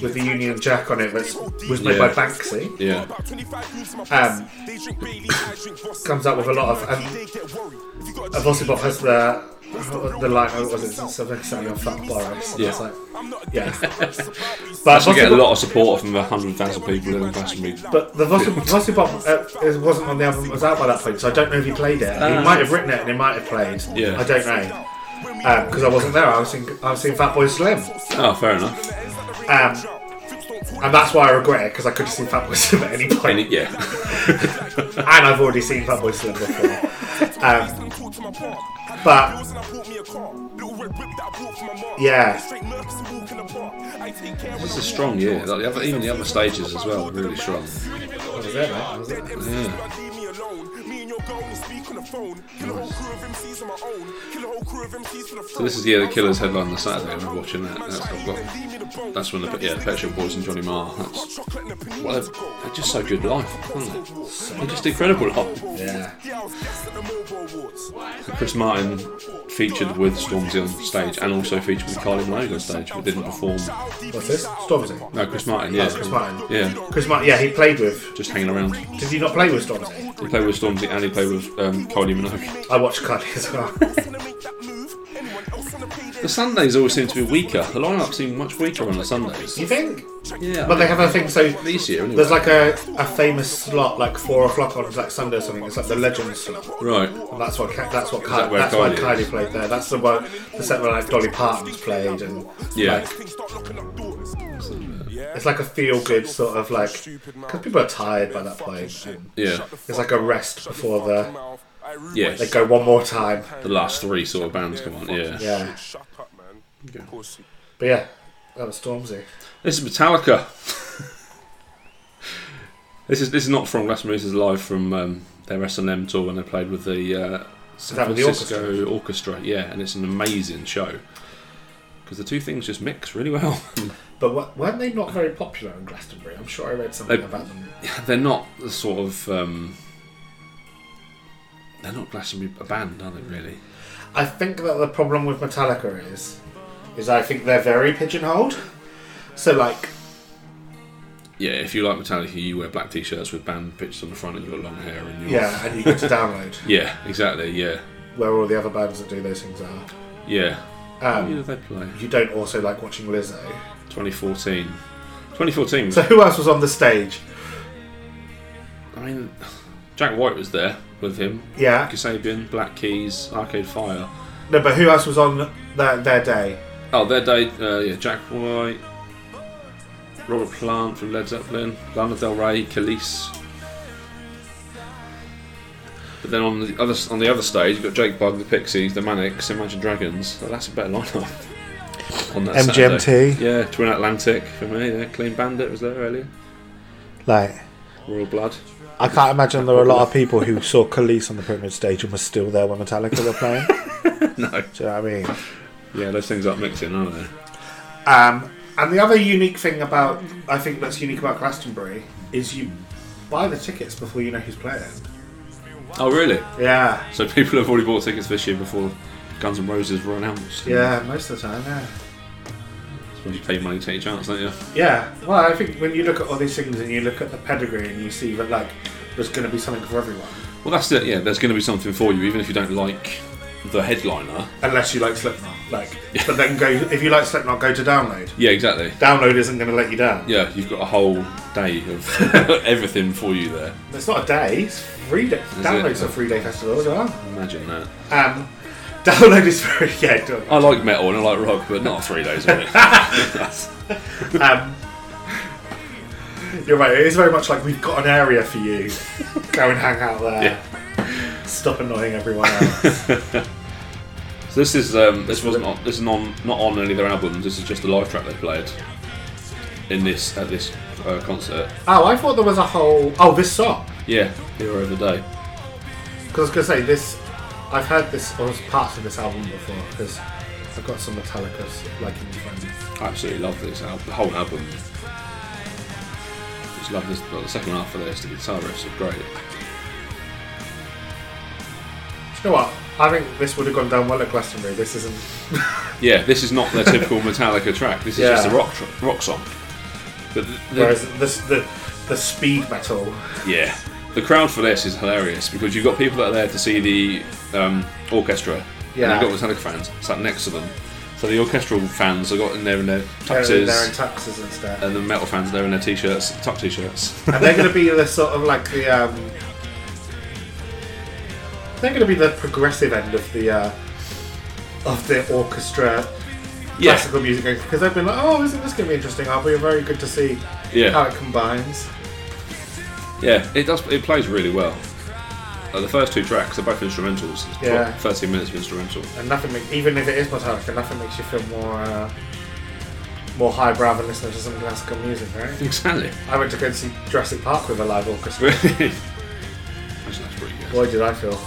B: with the Union Jack on it, which was made
A: Yeah.
B: by Banksy.
A: Yeah.
D: About 25 moves to my
B: Um,
D: place. They drink Baileys, I drink Vossi.
B: Comes out with a lot of
D: Mikey,
B: um,
D: they get worried. If you got a
B: and Vossibot has the the line. What was it? Something sounding on Fat Boris.
A: Yeah.
B: It's like, yeah.
A: That's
B: but
A: we get a
B: Vossibot-
A: lot of support from the hundred thousand people in the fashion week.
B: But the Vossibot uh, is- wasn't on the album. It was out by that point, so I don't know if he played it. he might have written it and he might have played.
A: Ah. Yeah.
B: I don't know. because I wasn't there. I was in, I was in Fat Boy Slim,
A: Oh, fair enough.
B: um, and that's why I regret it because I could have seen Fat Boy Slim at any point.
A: Any, yeah.
B: and I've already seen Fat Boy Slim before. Um, but yeah,
A: This is strong, yeah. Like the other, even the other stages as well, are really strong. So this is yeah, the Killers headline on the Saturday. I remember watching that. That's, well, that's when the yeah, Pet Shop Boys and Johnny Marr. That's well, they're, they're just so good live, aren't they? They're just incredible live.
B: yeah,
A: Chris Martin featured with Stormzy on stage and also featured with Kylie Minogue on stage, but didn't perform.
B: what's this? Stormzy.
A: No, Chris Martin, yeah,
B: Chris Martin.
A: yeah,
B: Chris Martin. Yeah, he played with.
A: just hanging around.
B: Did he not play with Stormzy?
A: He played with Stormzy and he played with um, Kylie Minogue.
B: I watched Kylie as well.
A: The Sundays always seem to be weaker. The lineup seemed much weaker on the Sundays.
B: you think?
A: Yeah,
B: But they have a thing. So
A: this year anyway.
B: There's like a, a famous slot, like four o'clock on like Sunday or something. It's like the legend slot.
A: right.
B: And That's what Ka- that's what Ki-
A: that where
B: that's why
A: Kylie
B: Kylie played there. That's the one the set where like Dolly Parton's played, and
A: Yeah.
B: like, it's like a feel good sort of like because people are tired by that point. and
A: Yeah,
B: It's like a rest before the
A: yeah.
B: they go one more time.
A: the last three sort of bands come on. Yeah.
B: Yeah, but yeah, that was Stormzy.
A: This is Metallica. this is this is not from Glastonbury. This is live from um, their S and M tour when they played with the uh, San
B: that with the
A: Francisco orchestra? Yeah, and it's an amazing show because the two things just mix really well.
B: But wa- weren't they not very popular in Glastonbury? I'm sure I read something
A: They-
B: about them.
A: they're not the sort of um, they're not Glastonbury a band, are they? Really?
B: I think that the problem with Metallica is, is I think they're very pigeonholed. So like,
A: Yeah. If you like Metallica, you wear black t-shirts with band pictures on the front, and you've got long hair, and you're
B: yeah, and you get to download
A: yeah, exactly, yeah,
B: where all the other bands that do those things are.
A: yeah. Who
B: Um,
A: did they play?
B: you don't also like watching Lizzo.
A: 2014. 2014 was
B: So who else was on the stage?
A: I mean, Jack White was there with him.
B: Yeah,
A: Kasabian, Black Keys, Arcade Fire.
B: no, but who else was on their, their day?
A: Oh, their day. Uh, yeah, Jack White, Robert Plant from Led Zeppelin, Lana Del Rey, Khalees. But then on the other on the other stage, you've got Jake Bug, the Pixies, the Manics, Imagine Dragons. So that's a better lineup. On that
B: MGMT.
A: Saturday. yeah, Twin Atlantic for me. Yeah, Clean Bandit was there earlier.
B: Like,
A: Royal Blood.
B: I can't imagine there were a lot of people who saw Khalees on the Pyramid stage and were still there when Metallica were playing.
A: No.
B: Do you know what I mean?
A: Yeah, those things aren't mixing, are they?
B: Um, and the other unique thing about, I think that's unique about Glastonbury, is you buy the tickets before you know who's playing.
A: Oh, really?
B: Yeah,
A: So people have already bought tickets this year before Guns N' Roses were announced.
B: yeah, most of the time, yeah.
A: When you pay money, take your chance, don't you?
B: Yeah, well, I think when you look at all these things and you look at the pedigree and you see that, like, there's going to be something for everyone.
A: Well, that's it. Yeah, there's going to be something for you, even if you don't like the headliner.
B: Unless you like Slipknot. Like, but then go, if you like Slipknot, go to download.
A: Yeah, exactly.
B: Download isn't going to let you down.
A: Yeah, you've got a whole day of everything for you there.
B: It's not a day, it's three day. Download's
A: it?
B: a three day festival as well.
A: Imagine that.
B: Um, download is very, yeah, do
A: I like metal and I like rock, but not three days a week.
B: Um, you're right. It is very much like we've got an area for you. Go and hang out there. Stop annoying everyone else.
A: so this is um, this wasn't on, this is non, not on any of their albums. This is just a live track they played in this at this uh, concert.
B: oh, I thought there was a whole. Oh, this song.
A: Yeah, hero of the day.
B: Because I was gonna say this. I've heard this or parts of this album before. Because I've got some Metallica's liking friends.
A: I absolutely love this album, the whole album. Just love this. Well, the second half of this, the guitar riffs are great.
B: Do you know what? I think this would have gone down well at Glastonbury. This isn't.
A: Yeah, this is not their typical Metallica track. This is
B: Yeah.
A: just a rock tr- rock song. But the, the-
B: Whereas this the the speed metal. uh,
A: yeah, the crowd for this is hilarious because you've got people that are there to see the um, orchestra,
B: Yeah.
A: and you've got Metallica fans sat next to them. So the orchestral fans have got in there in their
B: They're
A: tuxes,
B: in there in taxes and stuff.
A: and the metal fans there in their t-shirts, tuck t-shirts.
B: and they're going to be the sort of like the um, they're going to be the progressive end of the uh, of the orchestra
A: Yeah.
B: classical music because they've been like, oh, isn't this going to be interesting? I'll be very good to see
A: Yeah.
B: how it combines.
A: Yeah, it does. It plays really well. Like, the first two tracks are both instrumentals. It's
B: Yeah.
A: about Thirteen minutes of instrumental.
B: And nothing, make, even if it is Metallica, nothing makes you feel more uh, more highbrow than listening to some classical music, right?
A: Exactly.
B: I went to go and see Jurassic Park with a live orchestra.
A: Actually, that's pretty good.
B: Boy, did I feel.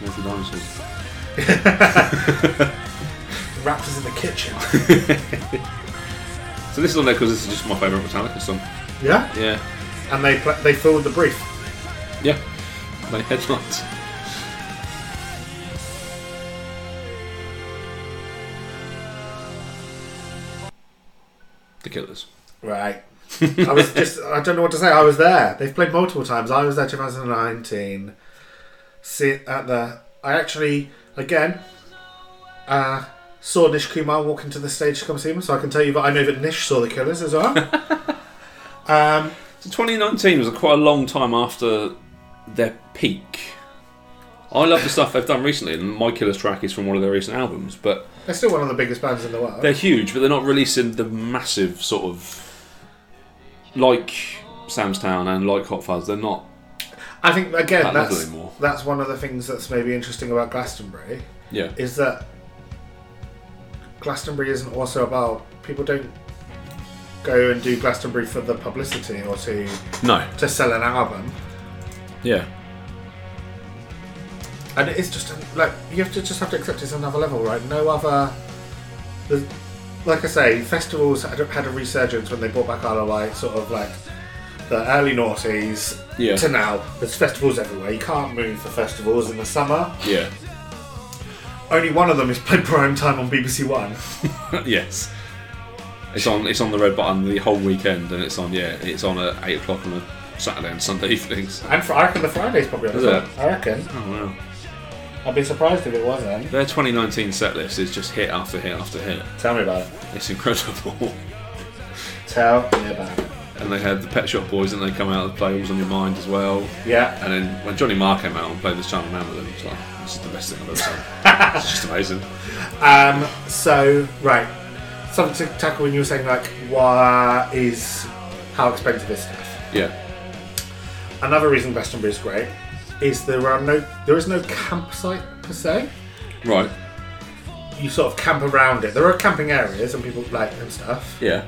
A: Where's the dinosaurs?
B: The raptors in the kitchen.
A: So this is on there because this is just my favourite Metallica song.
B: yeah?
A: Yeah.
B: And they pla they filled the brief.
A: Yeah. My headlights. The Killers.
B: Right. I was just, I don't know what to say. I was there. They've played multiple times. I was there 2019. See, it at the, I actually, again, uh, saw Nish Kumar walk into the stage to come see him, so I can tell you that I know that Nish saw the killers as well. um,
A: So 2019 was quite a long time after their peak. I love the stuff they've done recently, and My Killers track is from one of their recent albums, but
B: they're still one of the biggest bands in the world.
A: they're huge, but they're not releasing the massive sort of like Sam's Town and like Hot Fuzz. They're not.
B: I think, again,
A: That level
B: that's,
A: anymore.
B: that's one of the things that's maybe interesting about Glastonbury.
A: Yeah,
B: is that Glastonbury isn't also about people don't go and do Glastonbury for the publicity or to
A: no,
B: to sell an album.
A: yeah,
B: And it's just like you have to just have to accept it's another level, right? No other. The, like I say, festivals had, had a resurgence when they brought back Isle of Wight, sort of like the early noughties
A: Yeah.
B: to now. There's festivals everywhere. You can't move for festivals in the summer.
A: yeah,
B: Only one of them is played prime time on BBC One.
A: yes. It's on. It's on the red button the whole weekend, and it's on. Yeah, it's on at eight o'clock on a Saturday and Sunday evenings.
B: And for, I reckon the Friday's probably on
A: Is
B: as well.
A: it?
B: I reckon.
A: Oh wow.
B: I'd be surprised if it wasn't.
A: Their 2019 set list is just hit after hit after hit.
B: Tell me about it.
A: It's incredible.
B: Tell me about it.
A: And they had the Pet Shop Boys, and they come out and play Alls on Your Mind as well.
B: Yeah.
A: And then when Johnny Marr came out and played this Channel Man with them, it's like, this is the best thing I've ever seen. it's just amazing.
B: Um. So right, something to tackle when you were saying like, what is how expensive is stuff?
A: Yeah.
B: Another reason Glastonbury is great is there are no there is no campsite per se.
A: Right.
B: You sort of camp around it. There are camping areas and people like and stuff.
A: Yeah.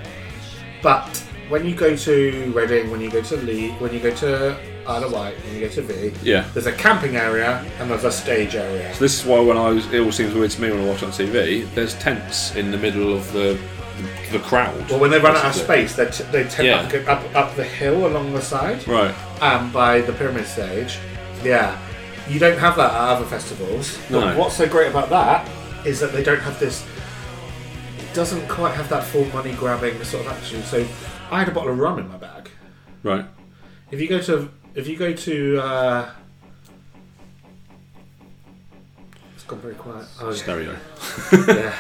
B: But when you go to Reading, when you go to Lee, when you go to Isle of Wight, when you go to V,
A: Yeah.
B: there's a camping area and there's a stage area.
A: This is why when I was, it all seems weird to me when I watch it on TV. There's tents in the middle of the the, crowd.
B: Well, when they run out of
A: basically.
B: space, they, t- they tend
A: Yeah.
B: up, up up the hill along the side,
A: Right.
B: um, by the pyramid stage. Yeah, you don't have that at other festivals.
A: No.
B: But What's so great about that is that they don't have this. It doesn't quite have that full money grabbing sort of attitude. So, I had a bottle of rum in my bag.
A: Right.
B: If you go to if you go to uh, it's gone very quiet. Oh, yeah.
A: Stereo.
B: Yeah,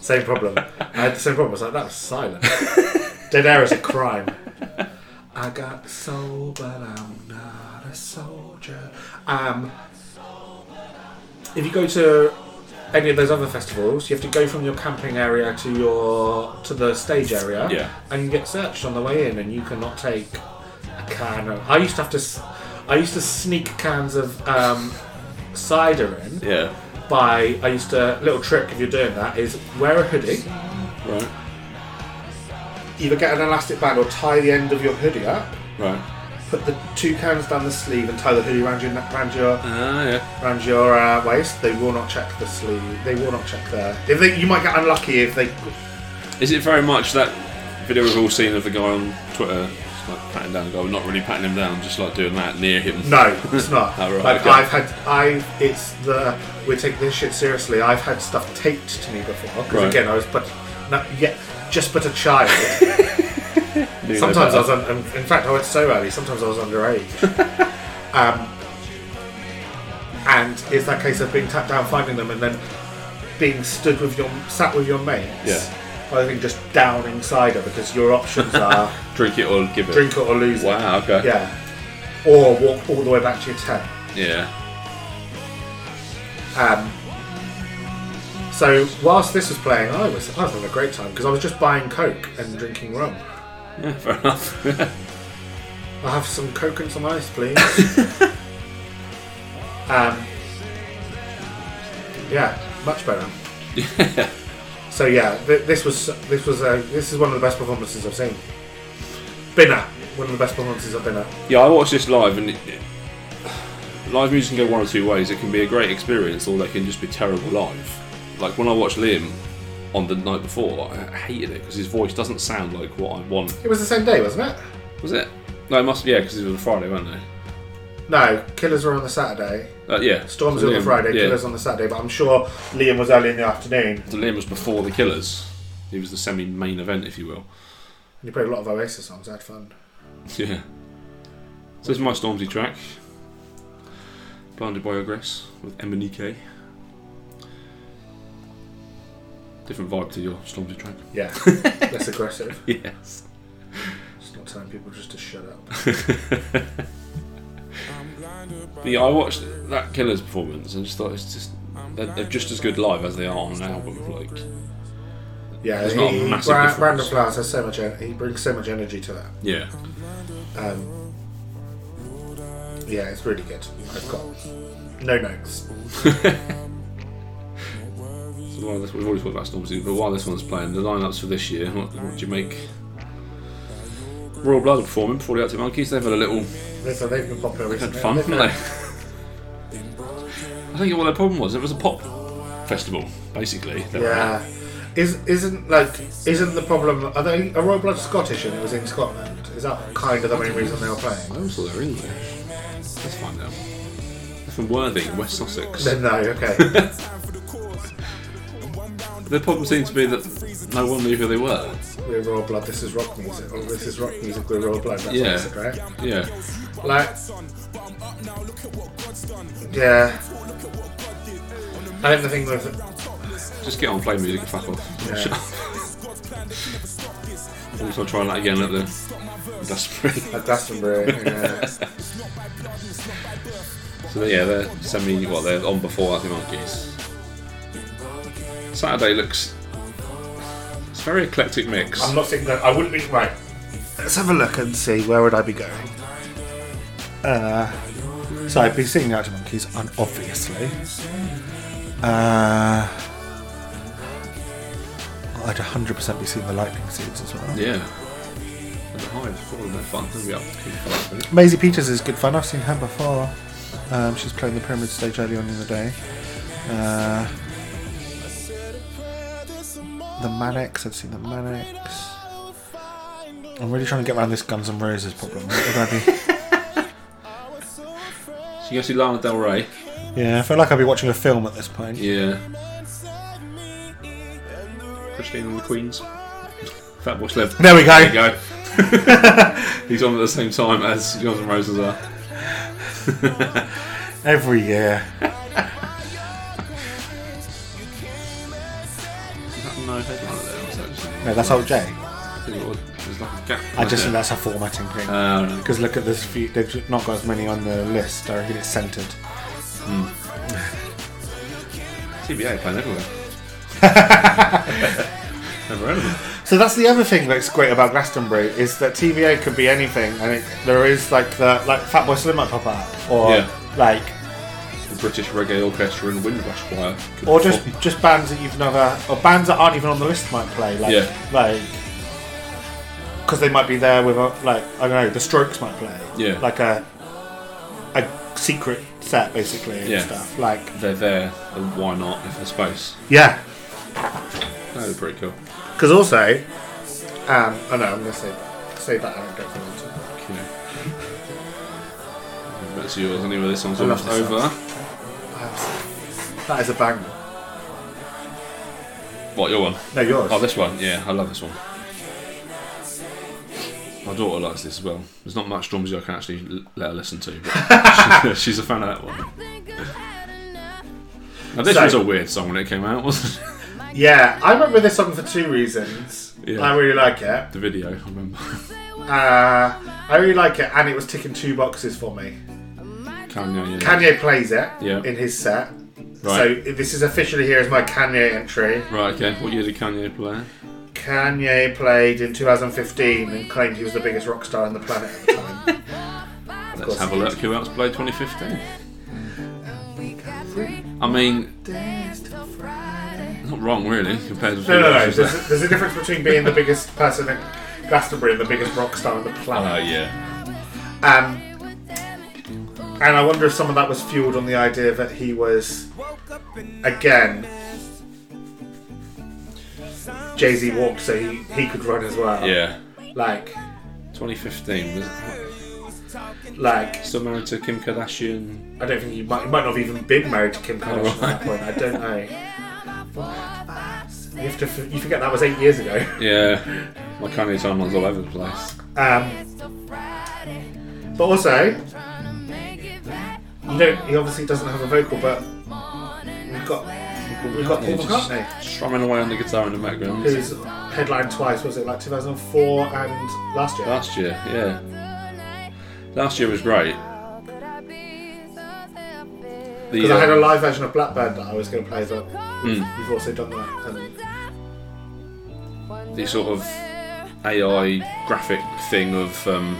B: same problem. I had the same problem. I was like, that was silent. Dead air is a crime. I got soul, but I'm not a soldier. Um, if you go to any of those other festivals, you have to go from your camping area to your to the stage area,
A: Yeah.
B: and you get searched on the way in, and you cannot take a can. Of, I used to have to. s- I used to sneak cans of um, cider in
A: Yeah.
B: by I used to little trick if you're doing that is wear a hoodie,
A: Right.
B: either get an elastic band or tie the end of your hoodie up,
A: Right.
B: put the two cans down the sleeve and tie the hoodie around your neck- around your
A: Ah, yeah.
B: around your uh, waist. They will not check the sleeve. They will not check the. If they, you might get unlucky if they.
A: Is it very much that video we've all seen of the guy on Twitter, just like patting down the guy, not really patting him down, just like doing that near him?
B: No, it's not.
A: Oh, right,
B: like
A: okay.
B: I've had, I it's the we take this shit seriously. I've had stuff taped to me before because
A: Right.
B: again I was but not yet just but a child.
A: Knew no
B: Sometimes
A: better.
B: I was, un- un- in fact, I went so early. Sometimes I was underage. um, and it's that case of being tapped down, finding them, and then being stood with your sat with your mates.
A: Yeah.
B: Rather than just downing cider because your options are
A: Drink it or give it.
B: drink it or lose it.
A: Wow, okay.
B: Yeah. Or walk all the way back to your tent.
A: Yeah.
B: Um, so whilst this was playing, I was I was having a great time because I was just buying coke and drinking rum.
A: Yeah, fair enough.
B: I'll have some coke and some ice, please. um, yeah, much better. So yeah, th- this was this was uh, this is one of the best performances I've seen. Been at one of the best performances I've been at.
A: yeah, I watched this live, and it, live music can go one or two ways. It can be a great experience, or they can just be terrible live. Like when I watched Liam on the night before, I hated it because his voice doesn't sound like what I want.
B: It was the same day, wasn't it?
A: Was it? No, it must. Yeah, because it was on Friday, weren't they?
B: No, Killers were on the Saturday.
A: Uh, yeah,
B: Storms
A: So
B: on the
A: Liam-
B: Friday,
A: Yeah,
B: Killers on the Saturday. But I'm sure Liam was early in the afternoon.
A: so Liam was before the Killers. He was the semi-main event, if you will.
B: And he played a lot of Oasis songs. I had fun.
A: Yeah. So this is my Stormzy track. Blinded by Your Grace with Emanike. Different vibe to your Stormzy track.
B: Yeah, less aggressive.
A: Yes.
B: It's not telling people just to shut up.
A: But yeah, I watched that Killers performance and just thought it's just they're, they're just as good live as they are on an album. Like
B: Yeah,
A: There's
B: he,
A: not a massive
B: Ra-
A: difference.
B: Random Flowers has so much. En- he brings so much energy to that.
A: yeah,
B: Um, yeah, it's really good. I've got no notes.
A: so while this, we've already talked about Stormzy, but while this one's playing, the lineups for this year, what, what do you make? Royal Blood are performing before the Arctic Monkeys. They've had a little
B: They've, they've been popular
A: had
B: recently.
A: fun,
B: haven't
A: haven't they? I think what their problem was, it was a pop festival, basically. that
B: they?
A: were at.
B: Yeah. Is, isn't like isn't the problem? Are they are Royal Blood Scottish and it was in Scotland? Is that kind of the main reason they were
A: I
B: playing?
A: always thought they were English. Let's find out. They're from Worthing, West Sussex.
B: Then no, okay.
A: Their problem seemed to be that no one knew who they were.
B: we're Royal Blood. This is rock music. Oh, this is rock music. We're Royal Blood. That's
A: Yeah.
B: music, right?
A: Yeah.
B: Like, yeah. I think the thing with
A: Just get on, play music, and fuck off.
B: Yeah.
A: Shut up. Also, trying that again at the Glastonbury.
B: at Glastonbury, yeah.
A: So yeah, they're semi. Well, they're on before Happy Monkeys. Saturday looks. It's a very eclectic mix.
B: I'm not saying that I wouldn't be right. Let's have a look and see where would I be going. Uh, so I'd be seeing the Outer Monkeys, un- obviously. Uh, I'd 100% be seeing the Lightning Seeds as well.
A: Yeah. And the hives, probably no fun. They'll be up to keep five minutes.
B: Maisie Peters is good fun. I've seen her before. Um, she's playing the Pyramid stage early on in the day. Uh, the Manics. I've seen the Manics. I'm really trying to get around this Guns N' Roses problem. What would I
A: So you go see Lana Del Rey.
B: be? yeah, I feel like I'd be watching a film at this point.
A: Yeah. Christina and the Queens. Fat Boy Slim.
B: There we go.
A: There you go. He's on at the same time as Guns N' Roses are.
B: Every year.
A: No headliner there. Was that just
B: No, that's old Jay.
A: There's like a gap.
B: I just think that's a formatting thing.
A: Uh,
B: Because look at this, few, they've not got as many on the list. I reckon it's centered.
A: TBA playing everywhere. Never heard of them.
B: So that's the other thing that's great about Glastonbury is that TVA could be anything, and it, there is like the like Fatboy Slim might pop up, or
A: Yeah.
B: like
A: The British Reggae Orchestra and Windrush Choir. could
B: or just
A: perform.
B: just bands that you've never or bands that aren't even on the list might play, like
A: Yeah.
B: like because they might be there with a, like I don't know, the Strokes might play,
A: Yeah.
B: like a a secret set basically and
A: Yeah.
B: stuff, like
A: They're there, and why not if there's space?
B: yeah,
A: That would be pretty cool.
B: because also um, I know I'm gonna say that, say that anecdote for later.
A: Yeah. That's yours anyway. This one's
B: I love
A: almost
B: this
A: over.
B: That is a banger.
A: What your one?
B: No, yours.
A: Oh, this one. Yeah, I love this one. My daughter likes this as well. There's not much Stormzy I can actually l- let her listen to, but she's a fan of that one. Now, this
B: So-
A: was a weird song when it came out, wasn't it?
B: Yeah, I remember this song for two reasons.
A: Yeah.
B: I really like it.
A: The video, I remember.
B: Uh, I really like it, and it was ticking two boxes for me.
A: Kanye. Yeah.
B: Kanye plays it
A: Yeah.
B: in his set,
A: Right.
B: So this is officially here as my Kanye entry.
A: Right, okay. What year did Kanye play?
B: Kanye played in 2015 and claimed he was the biggest rock star on the planet at the time.
A: Let's have a look. Who else played 2015? I mean, not wrong really compared to.
B: no, no, no.
A: who's there.
B: There's, there's a difference between being the biggest person at Glastonbury and the biggest rock star on the
A: Oh
B: planet.
A: yeah.
B: Um, and I wonder if some of that was fueled on the idea that he was, again, Jay Z walked so he, he could run as well.
A: Yeah.
B: Like,
A: 2015 was
B: like
A: still married to Kim Kardashian.
B: I don't think he might, he might not have even been married to Kim Kardashian at that point. I don't know. You have to f- you forget that was eight years ago.
A: Yeah. My Kanye timeline's all over the place.
B: Um, but also, you know, he obviously doesn't have a vocal, but we've got we've got Paul
A: Yeah, just
B: McCartney,
A: strumming away on the guitar in the background.
B: who's headlined twice. Was it like 2004 and last year?
A: Last year, yeah. Last year was great.
B: Because
A: The,
B: I had a
A: um,
B: live version of Blackbird that I was going to play, but we've also done that. And
A: the sort of AI graphic thing of um,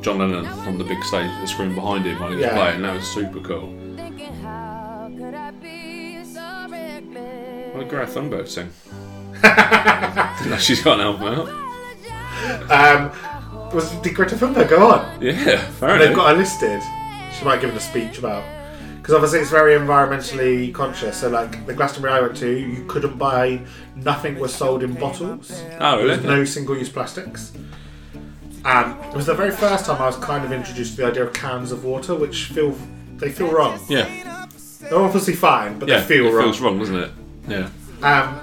A: John Lennon on the big stage, the screen behind him while he was
B: Yeah.
A: playing. That was super cool. What did Greta Thunberg sing? Now She's got an album out.
B: um, was did Greta Thunberg go on?
A: Yeah, apparently.
B: They've got her listed. She might give it a speech about because obviously it's very environmentally conscious. So like the Glastonbury I went to, you couldn't buy nothing was sold in bottles.
A: oh,
B: There was
A: really?
B: no single-use plastics. Um, it was the very first time I was kind of introduced to the idea of cans of water, which feel they feel wrong.
A: Yeah,
B: They're obviously fine, but
A: yeah.
B: they feel
A: it
B: wrong.
A: feels wrong, doesn't it? Yeah.
B: Um,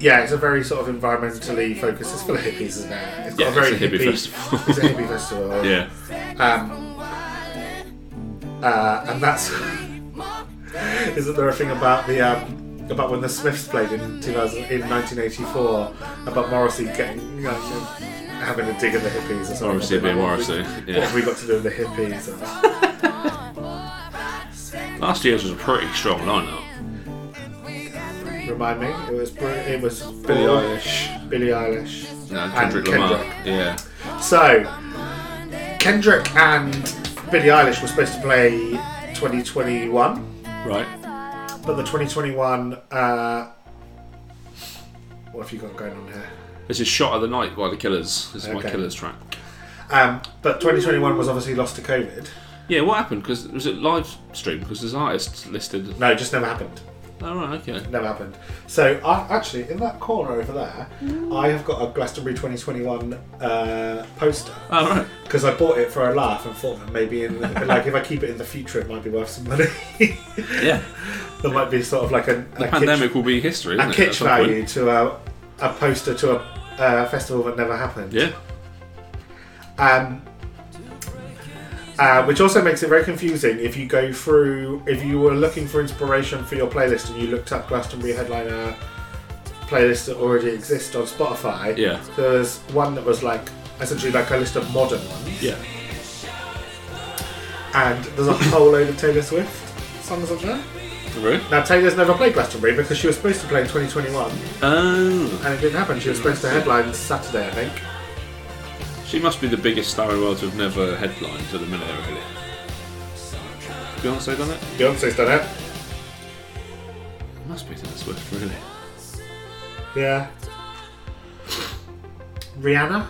B: yeah, it's a very sort of environmentally focused. It's full of hippies, isn't it? It's got
A: Yeah,
B: a very
A: it's a hippie festival.
B: It's a hippie festival.
A: Yeah.
B: Um, uh, and that's isn't there a thing about the um, about when the Smiths played in 2000, in 1984 about Morrissey getting you know, having a dig at the hippies or something?
A: Morrissey being
B: Like, what
A: Morrissey.
B: have we- What
A: Yeah.
B: have we got to do with the hippies? And-
A: Last year's was a pretty strong lineup.
B: Remind me, it was br- it was
A: Billie
B: Paul,
A: Eilish.
B: Billie Eilish.
A: No,
B: and
A: Kendrick Lamar. Yeah.
B: So Kendrick and Billie Eilish were supposed to play 2021.
A: Right.
B: But the 2021, uh, what have you got going on here?
A: This is Shot of the Night by The Killers. This is my
B: Okay.
A: Killers track.
B: Um, but 2021 was obviously lost to COVID.
A: Yeah, what happened? Because was it live stream? Because there's artists listed.
B: No, it just never happened.
A: Oh right, okay.
B: Never happened. So I actually in that corner over there,
A: Mm.
B: I have got a Glastonbury 2021 uh, poster
A: Oh right.
B: because I bought it for a laugh and thought that maybe in like if I keep it in the future, it might be worth some money. there
A: Yeah.
B: might be sort of like a, a kitsch-
A: Pandemic will be history.
B: a
A: Isn't it, at
B: kitsch
A: some point?
B: value to a, a poster to a uh, festival that never happened.
A: Yeah.
B: um, uh, which also makes it very confusing if you go through if you were looking for inspiration for your playlist and you looked up Glastonbury headliner playlists that already exist on Spotify.
A: Yeah.
B: there was one that was like essentially like a list of modern ones,
A: Yeah.
B: and there's a whole load of Taylor Swift songs on there.
A: Really?
B: Now Taylor's never played Glastonbury because she was supposed to play in 2021
A: Oh.
B: and it didn't happen. She was supposed to headline Saturday, I think.
A: She must be the biggest star in the world to have never headlined at the minute, really. Beyonce done it?
B: Beyonce's done it.
A: It must be Taylor Swift, really.
B: Yeah. Rihanna.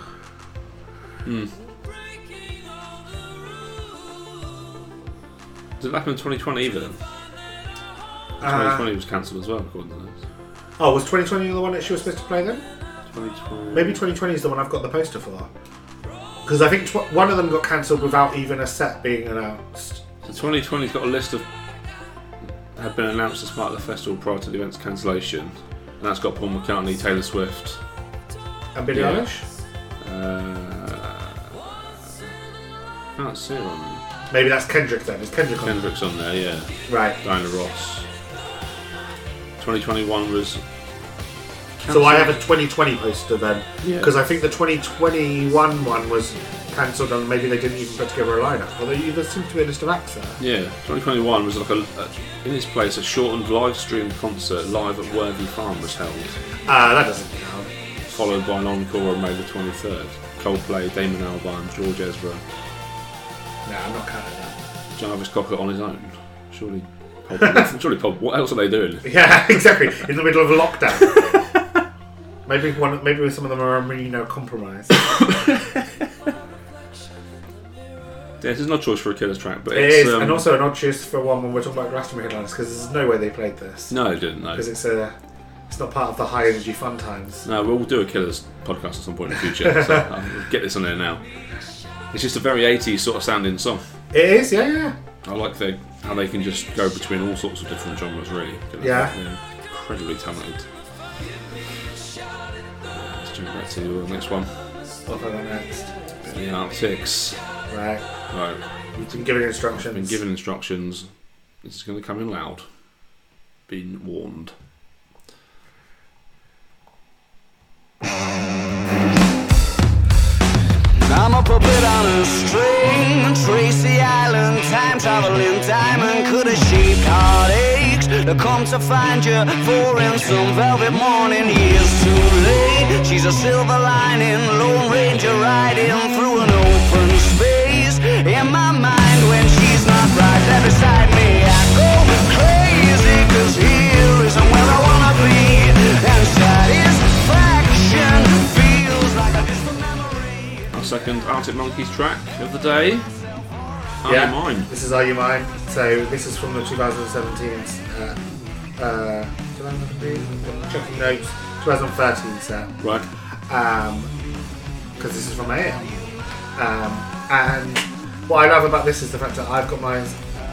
A: Did it happen in 2020 either? then?
B: Uh,
A: 2020 was cancelled as well, according to this.
B: Oh, was 2020 the one that she was supposed to play then?
A: 2020.
B: Maybe 2020 is the one I've got the poster for. Because I think tw- one of them got cancelled without even a set being announced.
A: So 2020's got a list of had been announced as part of the festival prior to the event's cancellation, and that's got Paul McCartney, Taylor Swift.
B: And Billie
A: Yeah.
B: Eilish?
A: Uh, can't see her on there.
B: Maybe that's Kendrick then. Is Kendrick on?
A: Kendrick's on there, yeah.
B: Right.
A: Diana Ross. 2021 was.
B: So I have a 2020 poster then.
A: Yeah.
B: Because I think the 2021 one was cancelled and maybe they didn't even put together a lineup. Well, there, there seems to be a list of acts there.
A: Yeah, 2021 was like a, a- in its place a shortened live streamed concert live at Worthy Farm was held,
B: Uh, that doesn't count.
A: followed by an encore on May the 23rd. Coldplay, Damon Albarn, George Ezra,
B: No, I'm not counting that.
A: Jarvis Cocker on his own. Surely, Pulp- surely, Pulp- what else are they doing?
B: Yeah, exactly. In the middle of a lockdown. maybe one. Maybe some of them are immunocompromised.
A: Yeah, this is not a choice for a killer's track, but
B: It
A: it's,
B: is,
A: um,
B: and also an odd choice for one when we're talking about Glastonbury headliners because there's no way they played this
A: no, it didn't. No,
B: because it's a, it's not part of the high energy fun times.
A: No, we'll do a killers podcast at some point in the future. so I'll get this on there now. It's just a very 80s sort of sounding song.
B: It is, yeah, yeah.
A: I like the, how they can just go between all sorts of different genres, really. Killers
B: Yeah.
A: are Incredibly talented. Let's jump back to the next one.
B: What about that next?
A: The Arctics.
B: Right,
A: Right,
B: you've been given
A: I've
B: instructions.
A: been given instructions. This is going to come in loud. Been warned.
C: I'm a puppet on a string, Tracy Island, time traveling diamond. Could have shaped heartaches to come to find you for in some velvet morning. Years too late, she's a silver lining, Lone Ranger riding through an open space. In my mind, when she's not right there beside me, I go crazy, cause here isn't where I wanna be. And satisfaction feels like a distant memory.
A: Our second Arctic Monkeys track of the day. Are
B: yeah,
A: You mine.
B: This is Are You Mine? So this is from the 2017. Uh, uh, 2017? checking notes. 2013 set.
A: Right.
B: because Um, this is from my ear. Um, and what I love about this is the fact that I've got my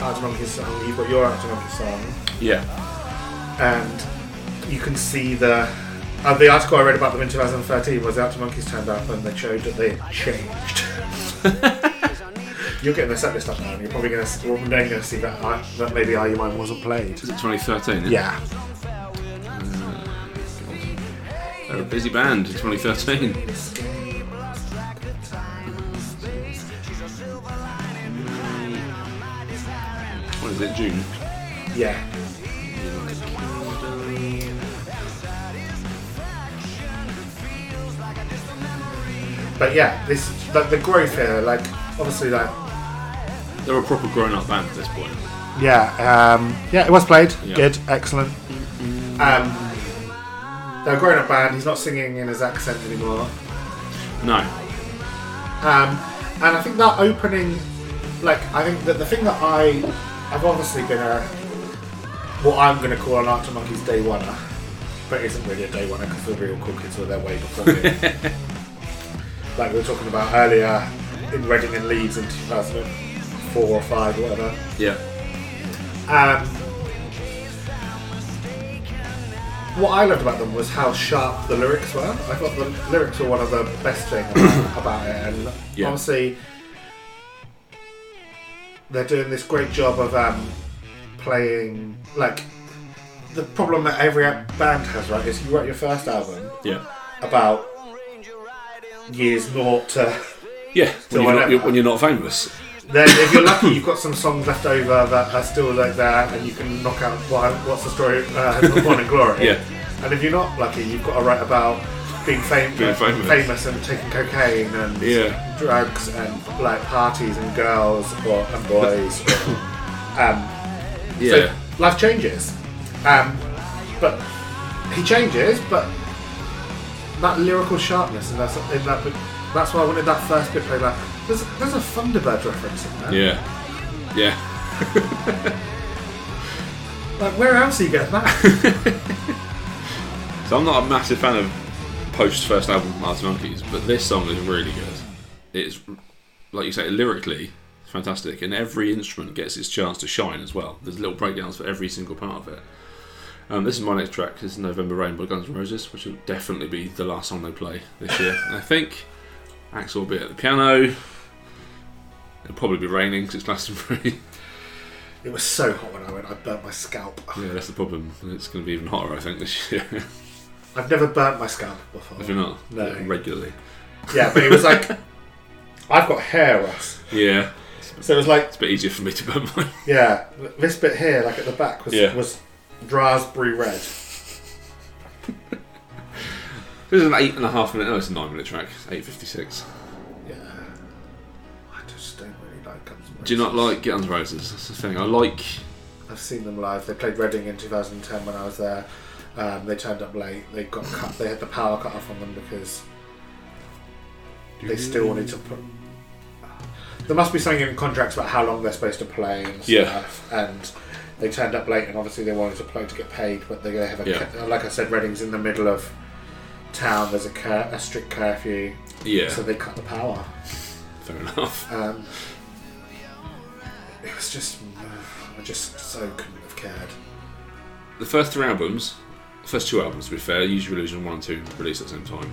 B: Arctic Monkeys song, you've got your Arctic Monkeys song,
A: Yeah.
B: and you can see the. Uh, the article I read about them in 2013 was the Arctic Monkeys turned up and they showed that they had changed. You're getting the set list up now, and you're probably going to well, then going to see that I, that maybe Are You Mine wasn't played.
A: Is it 2013? Yeah.
B: Yeah,
A: They're a busy band in 2013. What is it, June?
B: yeah. But yeah, this like the growth here, like obviously like
A: They're a proper grown up band at this point.
B: yeah, um, yeah, it was played.
A: Yeah.
B: Good, excellent. Um, they're a grown up band. He's not singing in his accent anymore.
A: No.
B: Um, and I think that opening, like, I think that the thing that I, I'm obviously gonna, what I'm gonna call an Arctic Monkeys day one, but it isn't really a day one because the real cool kids were there way before me. like we were talking about earlier in Reading and Leeds in 2004 or five, or whatever.
A: Yeah.
B: Um, what I loved about them was how sharp the lyrics were. I thought the lyrics were one of the best things about, about it, and
A: Yeah.
B: obviously they're doing this great job of um, playing like the problem that every band has, right? Is you write your first album
A: Yeah.
B: about years naught to
A: Yeah.
B: So
A: When you're,
B: why
A: not,
B: not?
A: you're- when you're not famous.
B: then if you're lucky, you've got some songs left over that are still like there, and you can knock out what, what's the story uh, of Born in Glory.
A: Yeah.
B: And if you're not lucky, you've got to write about being, fam-
A: Being famous.
B: and taking cocaine and
A: Yeah.
B: drugs and like parties and girls or, and boys. or- um,
A: Yeah.
B: so life changes. Um, but he changes, but that lyrical sharpness and that's in that bit- that's why I wanted that first bit played back. There's there's a Thunderbird reference in there.
A: yeah. Yeah.
B: Like where else are you getting that?
A: So I'm not a massive fan of post first album Arctic Monkeys, but this song is really good. It's like you say, lyrically it's fantastic, and every instrument gets its chance to shine as well. There's little breakdowns for every single part of it. Um, this is my next track. This is November Rain by Guns N' Roses, which will definitely be the last song they play this year. I think Axel will be at the piano. It'll probably be raining because it's Glastonbury.
B: it was so hot when I went. I burnt my scalp.
A: yeah, that's the problem. It's going to be even hotter, I think, this year.
B: I've never burnt my scalp before.
A: if you're not
B: No.
A: regularly.
B: Yeah, but it was like I've got hair, Russ.
A: Yeah,
B: So it was like,
A: it's a bit easier for me to burn mine.
B: yeah, this bit here, like at the back, was
A: Yeah.
B: was raspberry red.
A: This is an eight and a half minute. No, it's a nine minute track. Eight fifty six.
B: Yeah, I just don't really like Guns N'
A: Do you not
B: Roses.
A: like Get Under Roses? That's the thing. I like.
B: I've seen them live. They played Reading in 2010 when I was there. Um, they turned up late. They got cut. They had the power cut off on them because they still wanted to put. There must be something in contracts about how long they're supposed to play and stuff.
A: Yeah.
B: And they turned up late, and obviously they wanted to play to get paid, but they have a
A: Yeah.
B: like I said, Reading's in the middle of town. There's a, cur- a strict curfew,
A: Yeah,
B: so they cut the power.
A: fair enough.
B: Um, it was just, I just so couldn't have cared.
A: The first three albums, the first two albums, to be fair, Use Your Illusion one and two released at the same time,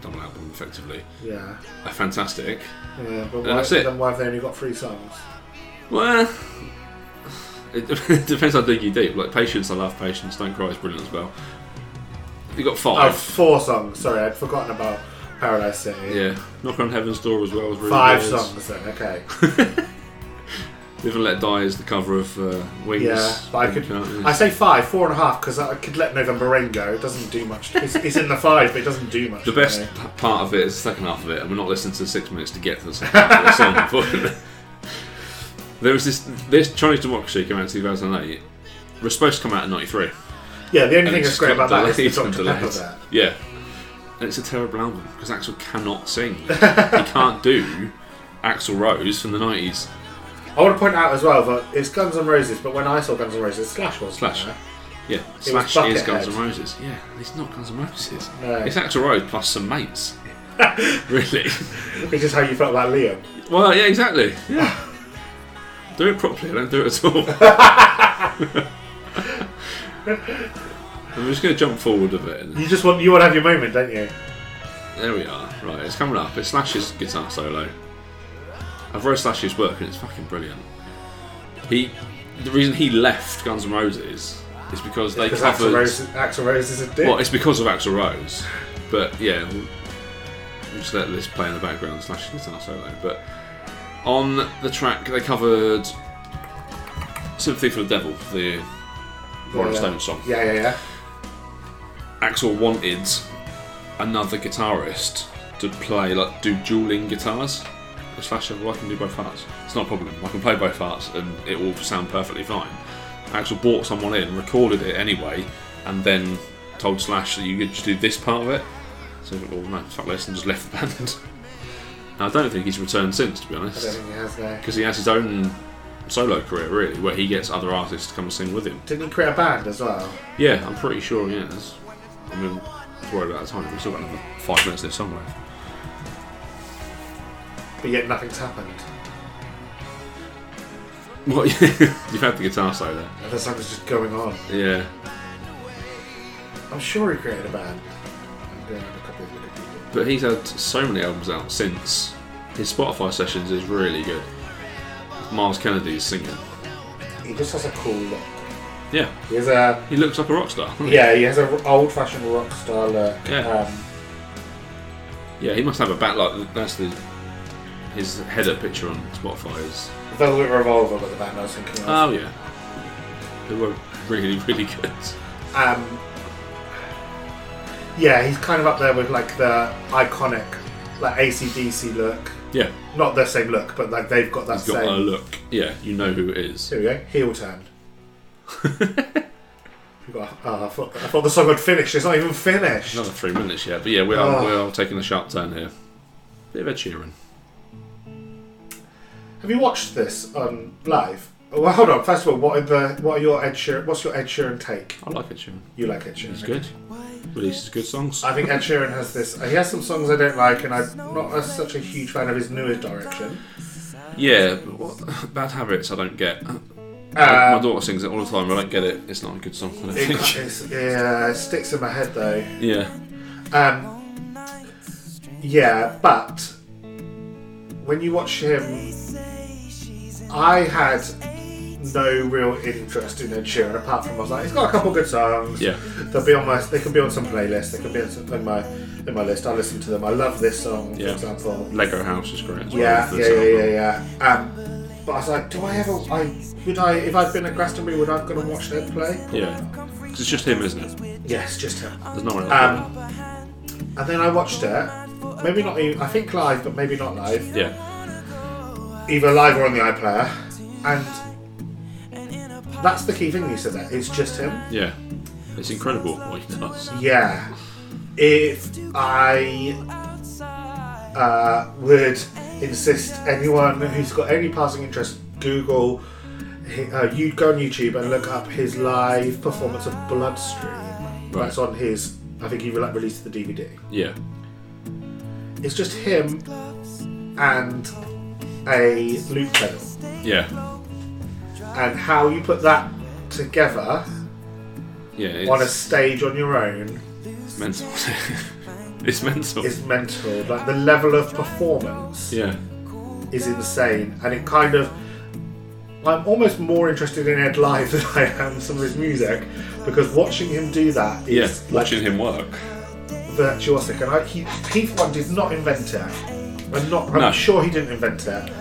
A: double album effectively.
B: Yeah.
A: Are fantastic.
B: Yeah, but
A: And
B: why,
A: that's it. Oh,
B: then why have they only got three songs?
A: Well, it depends how dig you deep. Like Patience, I love Patience. Don't Cry is brilliant as well. You got
B: Oh,
A: five.
B: four songs. Sorry, I'd forgotten about Paradise City.
A: Yeah, Knock on Heaven's Door as well was really
B: Five
A: good.
B: songs then, okay.
A: Live and Let Die is the cover of uh, Wings.
B: Yeah, but I could. I say five, four and a half, because I could let November Rain go. It doesn't do much. It's, it's in the five, but it doesn't do much.
A: The
B: for
A: best
B: me.
A: p- part of it is the second half of it, and we're not listening to six minutes to get to the second half of the song. Unfortunately, there was this this Chinese Democracy came out in 2008. It was supposed to come out in '93.
B: Yeah, the only
A: and
B: thing
A: it's
B: that's great
A: got
B: about that is the
A: delayed and
B: Dr. Pepper
A: delayed.
B: there.
A: Yeah, and it's a terrible album because Axel cannot sing. he can't do Axel Rose from the '90s.
B: I want to point out as well that it's Guns N' Roses, but when I saw Guns N' Roses, Slash was
A: Slash.
B: there.
A: Yeah,
B: was
A: Slash is Guns
B: Buckethead.
A: N' Roses. Yeah, it's not Guns N' Roses.
B: No.
A: It's Axel Rose plus some mates. really?
B: Which is how you felt about Liam.
A: Well, yeah, exactly. Yeah. do it properly. I don't do it at all. I'm just going to jump forward a bit. and-
B: You just want you want to have your moment, don't you?
A: There we are. Right, it's coming up. It's Slash's guitar solo. I've read Slash's work and it's fucking brilliant. He, the reason he left Guns N' Roses is because they
B: Because Axel
A: covered.
B: Rose, Axl Rose is a dick.
A: Well, it's because of Axel Rose, but yeah, we'll we'll just let this play in the background, slash guitar solo. But on the track, they covered "Sympathy for the Devil," the Rolling
B: Yeah.
A: Stones song.
B: Yeah, yeah, yeah.
A: Axel wanted another guitarist to play, like, do dueling guitars. The Slash said, "Well, I can do both parts. It's not a problem. I can play both parts, and it will sound perfectly fine." Axel brought someone in, recorded it anyway, and then told Slash that you could just do this part of it. So, he went, well, no, fuck this, and just left the band. Now, I don't think he's returned since, to be
B: I don't
A: honest,
B: think he has there.
A: because he has his own solo career really, where he gets other artists to come and sing with him.
B: Didn't he create a band as well?
A: Yeah, I'm pretty sure he is. I mean, it's worried about the time. We've still got another five minutes there somewhere.
B: But yet nothing's happened.
A: What? You've had the guitar solo.
B: And the song is just going on.
A: Yeah.
B: I'm sure he created a band. I'm doing a couple of Wikipedia.
A: But he's had so many albums out since. His Spotify sessions is really good. Miles Kennedy's singing.
B: He just has a cool look.
A: Yeah.
B: He has a
A: He looks like a rock star. doesn't he?
B: yeah, he has an old-fashioned rock star look.
A: Yeah.
B: Um,
A: Yeah, he must have a bat like that's the his header picture on Spotify is
B: Velvet Revolver with the band I was thinking of.
A: Oh yeah. They were really, really good.
B: Um, yeah, he's kind of up there with like the iconic, like ACDC look.
A: Yeah.
B: Not the same look, but like they've got that
A: He's got
B: same.
A: a look. Yeah, you know who it is.
B: Here we go. Heel turn. We've got- oh, I, thought, I thought the song had finished. It's not even finished.
A: Another three minutes yet, but yeah, we are,
B: Ah.
A: we are taking a sharp turn here. Bit of Ed Sheeran.
B: Have you watched this on live? Oh, Well, hold on. First of all, what are the what are your Ed Sheeran? What's your Ed Sheeran take?
A: I like Ed Sheeran.
B: You like Ed Sheeran?
A: He's good. Releases good songs.
B: I think Ed Sheeran has this. He has some songs I don't like, and I'm not a, such a huge fan of his newest direction.
A: Yeah, but what, bad habits I don't get. My
B: Um,
A: daughter sings it all the time. I don't get it. It's not a good song. I don't
B: it,
A: think.
B: it's- yeah, it sticks in my head though.
A: Yeah,
B: Um, yeah, but when you watch him, I had no real interest in Ed Sheeran apart from I was like, he's got a couple good songs.
A: Yeah.
B: They'll be on my. They could be on some playlist. They could be on some, in my in my list. I listen to them. I love this song,
A: Yeah.
B: for example.
A: Lego House is great. As
B: Yeah,
A: well,
B: yeah,
A: this
B: yeah, yeah,
A: album.
B: yeah. Um, but I was like, do I ever? I would I if I'd been at Glastonbury, would I have gone and watched Ed play?
A: Yeah. 'Cause it's just him, isn't it?
B: Yes, just him.
A: There's no one else.
B: Um, and then I watched it. Maybe not. Even, I think live, but maybe not live.
A: yeah.
B: Either live or on the iPlayer, and that's the key thing you said. There, it's just him.
A: Yeah. It's incredible what he does.
B: Yeah. If I uh, would insist anyone who's got any passing interest, Google, hi- uh, you'd go on YouTube and look up his live performance of Bloodstream. That's on his, I think he re- like, released the DVD.
A: Yeah.
B: It's just him and a loop pedal.
A: Yeah.
B: And how you put that together
A: Yeah. It's
B: on a stage on your own
A: mental. it's mental.
B: is mental. Like the level of performance.
A: yeah.
B: is insane, and it kind of. I'm almost more interested in Ed Live than I am some of his music because watching him do that
A: Yeah.
B: is like
A: Watching him work.
B: virtuosic, and I, he, he for one did not invent it. I'm not. I'm
A: No.
B: sure he didn't invent it,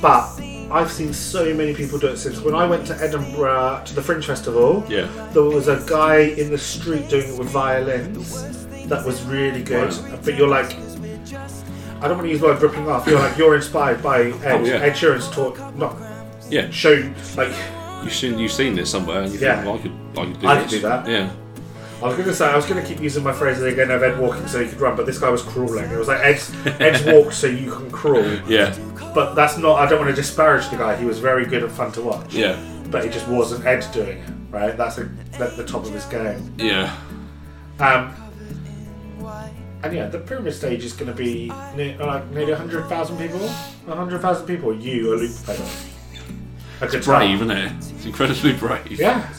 B: but I've seen so many people do it since. When I went to Edinburgh to the Fringe Festival,
A: Yeah.
B: there was a guy in the street doing it with violins that was really good.
A: Wow.
B: But you're like. I don't want to use the word ripping off. You're like you're inspired by Ed,
A: Oh, yeah.
B: Ed Sheeran's talk, not
A: Yeah.
B: shown like
A: You've seen you've seen this somewhere, and you
B: Yeah.
A: think, well, I could I could do
B: I could
A: this.
B: do that.
A: Yeah.
B: I was going to say I was going to keep using my phrase again of Ed walking so he could run, but this guy was crawling. It was like Ed's, Ed's walked so you can crawl,
A: Yeah.
B: but that's not. I don't want to disparage the guy. He was very good and fun to watch.
A: Yeah.
B: but it just wasn't Ed doing it. Right, that's a, at the top of his game.
A: Yeah.
B: Um, and yeah, the pyramid stage is going to be near, like nearly hundred thousand people. hundred thousand people. You a loop pedal. A guitar.
A: Brave, isn't it? It's incredibly brave.
B: Yeah.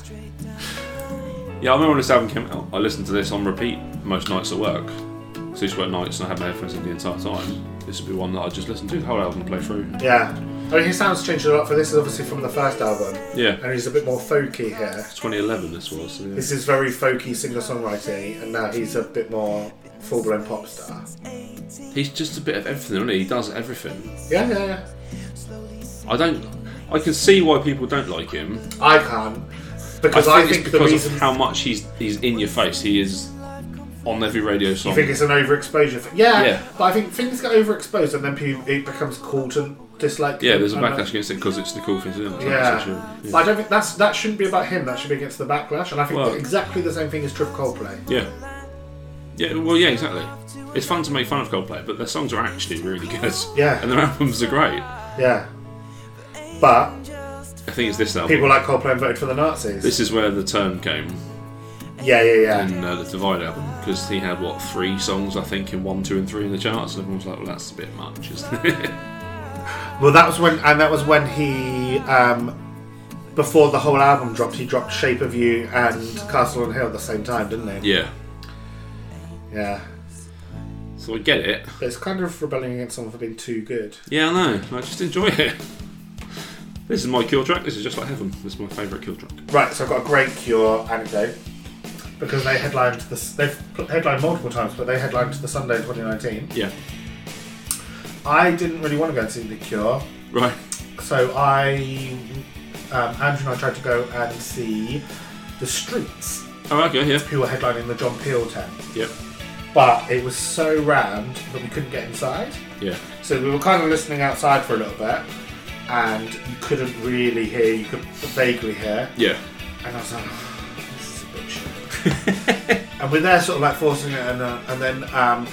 A: Yeah, I remember when this album came out, I listened to this on repeat most nights at work. So I used to work nights and I had my headphones in the entire time. This would be one that I just listened to the whole album and play through.
B: Yeah. I mean, his sound's changed a lot for this, is obviously from the first album.
A: Yeah.
B: And he's a bit more folky here.
A: 2011 this was. So yeah.
B: This is very folky singer songwriting, and now he's a bit more full blown pop star.
A: He's just a bit of everything, isn't he? He does everything.
B: Yeah, yeah, yeah.
A: I don't. I can see why people don't like him.
B: I can't.
A: I
B: Because
A: think,
B: I think,
A: it's
B: the
A: because
B: reason.
A: of how much he's he's in your face. He is on every radio
B: you
A: song.
B: think it's an overexposure thing. Yeah,
A: Yeah.
B: but I think things get overexposed and then people, it becomes cool to dislike
A: yeah, there's a
B: them, and
A: backlash
B: that-
A: against it because it's the cool thing to do.
B: Yeah. But I don't think that's that shouldn't be about him, that should be against the backlash. And I think
A: Well-
B: that exactly the same thing is true of Coldplay.
A: Yeah. Yeah, well, yeah, exactly. It's fun to make fun of Coldplay, but their songs are actually really good.
B: Yeah.
A: And their albums are great.
B: Yeah. But
A: I think it's this album.
B: people like Coldplay and voted for the Nazis.
A: this is where the turn came
B: yeah, yeah, yeah.
A: in uh, the Divide album, because he had, what, three songs, I think, in one, two, and three in the charts, and everyone was like, well, that's a bit much, isn't it? Mm.
B: Well, that was when, and that was when he, um, before the whole album dropped, he dropped Shape of You and Castle on Hill at the same time, didn't he?
A: yeah.
B: Yeah.
A: So I get it.
B: But it's kind of rebelling against someone for being too good.
A: Yeah, I know. I just enjoy it. This is my kill track. This is just like heaven. This is my favourite kill track.
B: Right, so I've got a great Cure anecdote because they headlined the, s- they've pl- headlined multiple times, but they headlined the Sunday in 2019.
A: Yeah.
B: I didn't really want to go and see the Cure,
A: Right.
B: so I, um, Andrew and I tried to go and see the Streets,
A: Oh, okay, yeah.
B: who were headlining the John Peel tent.
A: Yep.
B: but it was so rammed that we couldn't get inside.
A: Yeah.
B: So we were kind of listening outside for a little bit, and you couldn't really hear. You could vaguely hear,
A: Yeah.
B: and I was like, "This is a bit shit." and we're there, sort of like forcing it, and, uh, and then um,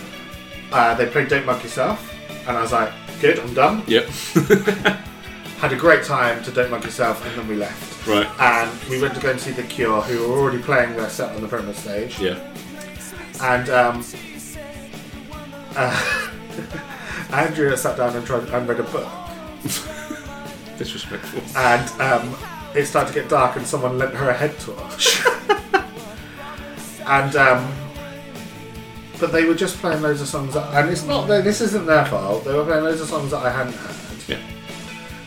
B: uh, they played "Don't Mug Yourself," and I was like, "Good, I'm done."
A: Yep.
B: Had a great time to "Don't Mug Yourself," and then we left.
A: Right.
B: And we went to go and see The Cure, who were already playing their set on the pyramid stage.
A: Yeah.
B: and um, uh, Andrea sat down and tried and read a book,
A: Disrespectful.
B: and um, it started to get dark, and someone lent her a head torch, and um, but they were just playing loads of songs, that, and it's not that- this isn't their fault. They were playing loads of songs that I hadn't heard,
A: Yeah.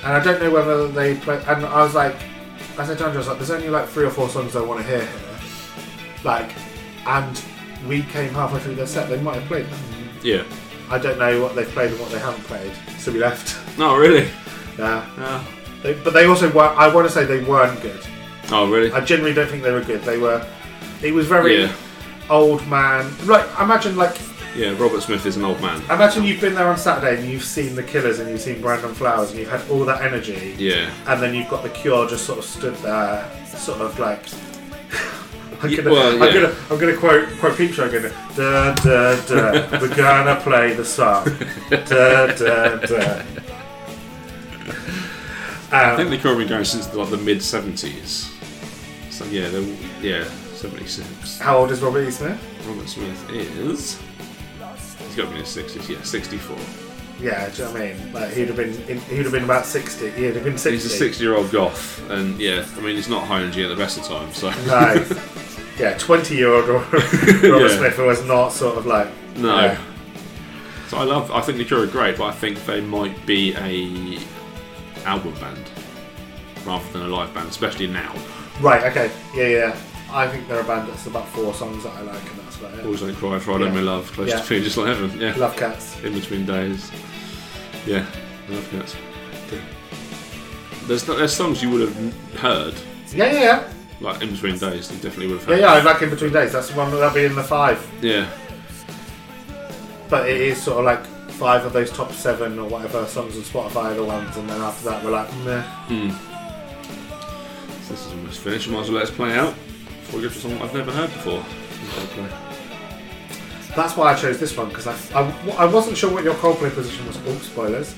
B: and I don't know whether they play. And I was like, I said to Andrew, I was like, there's only like three or four songs I want to hear here. Like, and we came halfway through their set, they might have played them.
A: Yeah.
B: I don't know what they've played and what they haven't played, so we left.
A: No, really.
B: yeah.
A: Yeah.
B: They, but they also were, I want to say they weren't good.
A: Oh, really?
B: I generally don't think they were good. They were, it was very
A: Yeah.
B: old man. Like, imagine like,
A: Yeah. Robert Smith is an old man.
B: imagine you've been there on Saturday and you've seen The Killers and you've seen Brandon Flowers and you've had all that energy.
A: Yeah.
B: and then you've got the cure just sort of stood there, sort of like. I'm
A: Ye-
B: gonna,
A: well, yeah.
B: I'm gonna, I'm gonna quote quote Peep Show. I'm gonna da da da. We're gonna play the song. Da da da.
A: I think the Cure have been going since like the mid seventies. So yeah, they're, yeah, seventy six.
B: How old is Robert E. Smith?
A: Robert Smith is. He's got to be in his sixties. Yeah, sixty four.
B: Yeah, do you know what I mean? Like he'd have been, in, he'd have been about sixty. He'd have been sixty.
A: He's a sixty year old goth, and yeah, I mean he's not high energy at the best of times. So
B: No. Yeah, twenty-year-old Robert
A: Yeah.
B: Smith who was not sort of like
A: no.
B: Yeah.
A: So I love. I think the Cure are great, but I think they might be a album band rather than a live band, especially now.
B: Right. Okay. Yeah. Yeah. I think there are band that's about four songs that I like, and that's about it.
A: Always don't cry, Friday,
B: Yeah.
A: my love, close
B: Yeah.
A: to feeling just like heaven. Yeah.
B: Love cats.
A: in between days. Yeah, I love cats. There's, there's songs you would have heard,
B: Yeah, yeah, yeah.
A: like in between days, you definitely would have
B: Yeah,
A: heard.
B: yeah, I like in between days. That's the one that'll be in the five.
A: Yeah,
B: But it is sort of like five of those top seven or whatever songs on Spotify are the ones, and then after that we're like, meh.
A: so this is almost finished. Might as well let us play out before we go to a song I've never heard before.
B: That's why I chose this one because I, I, I wasn't sure what your Coldplay position was. Oops, spoilers.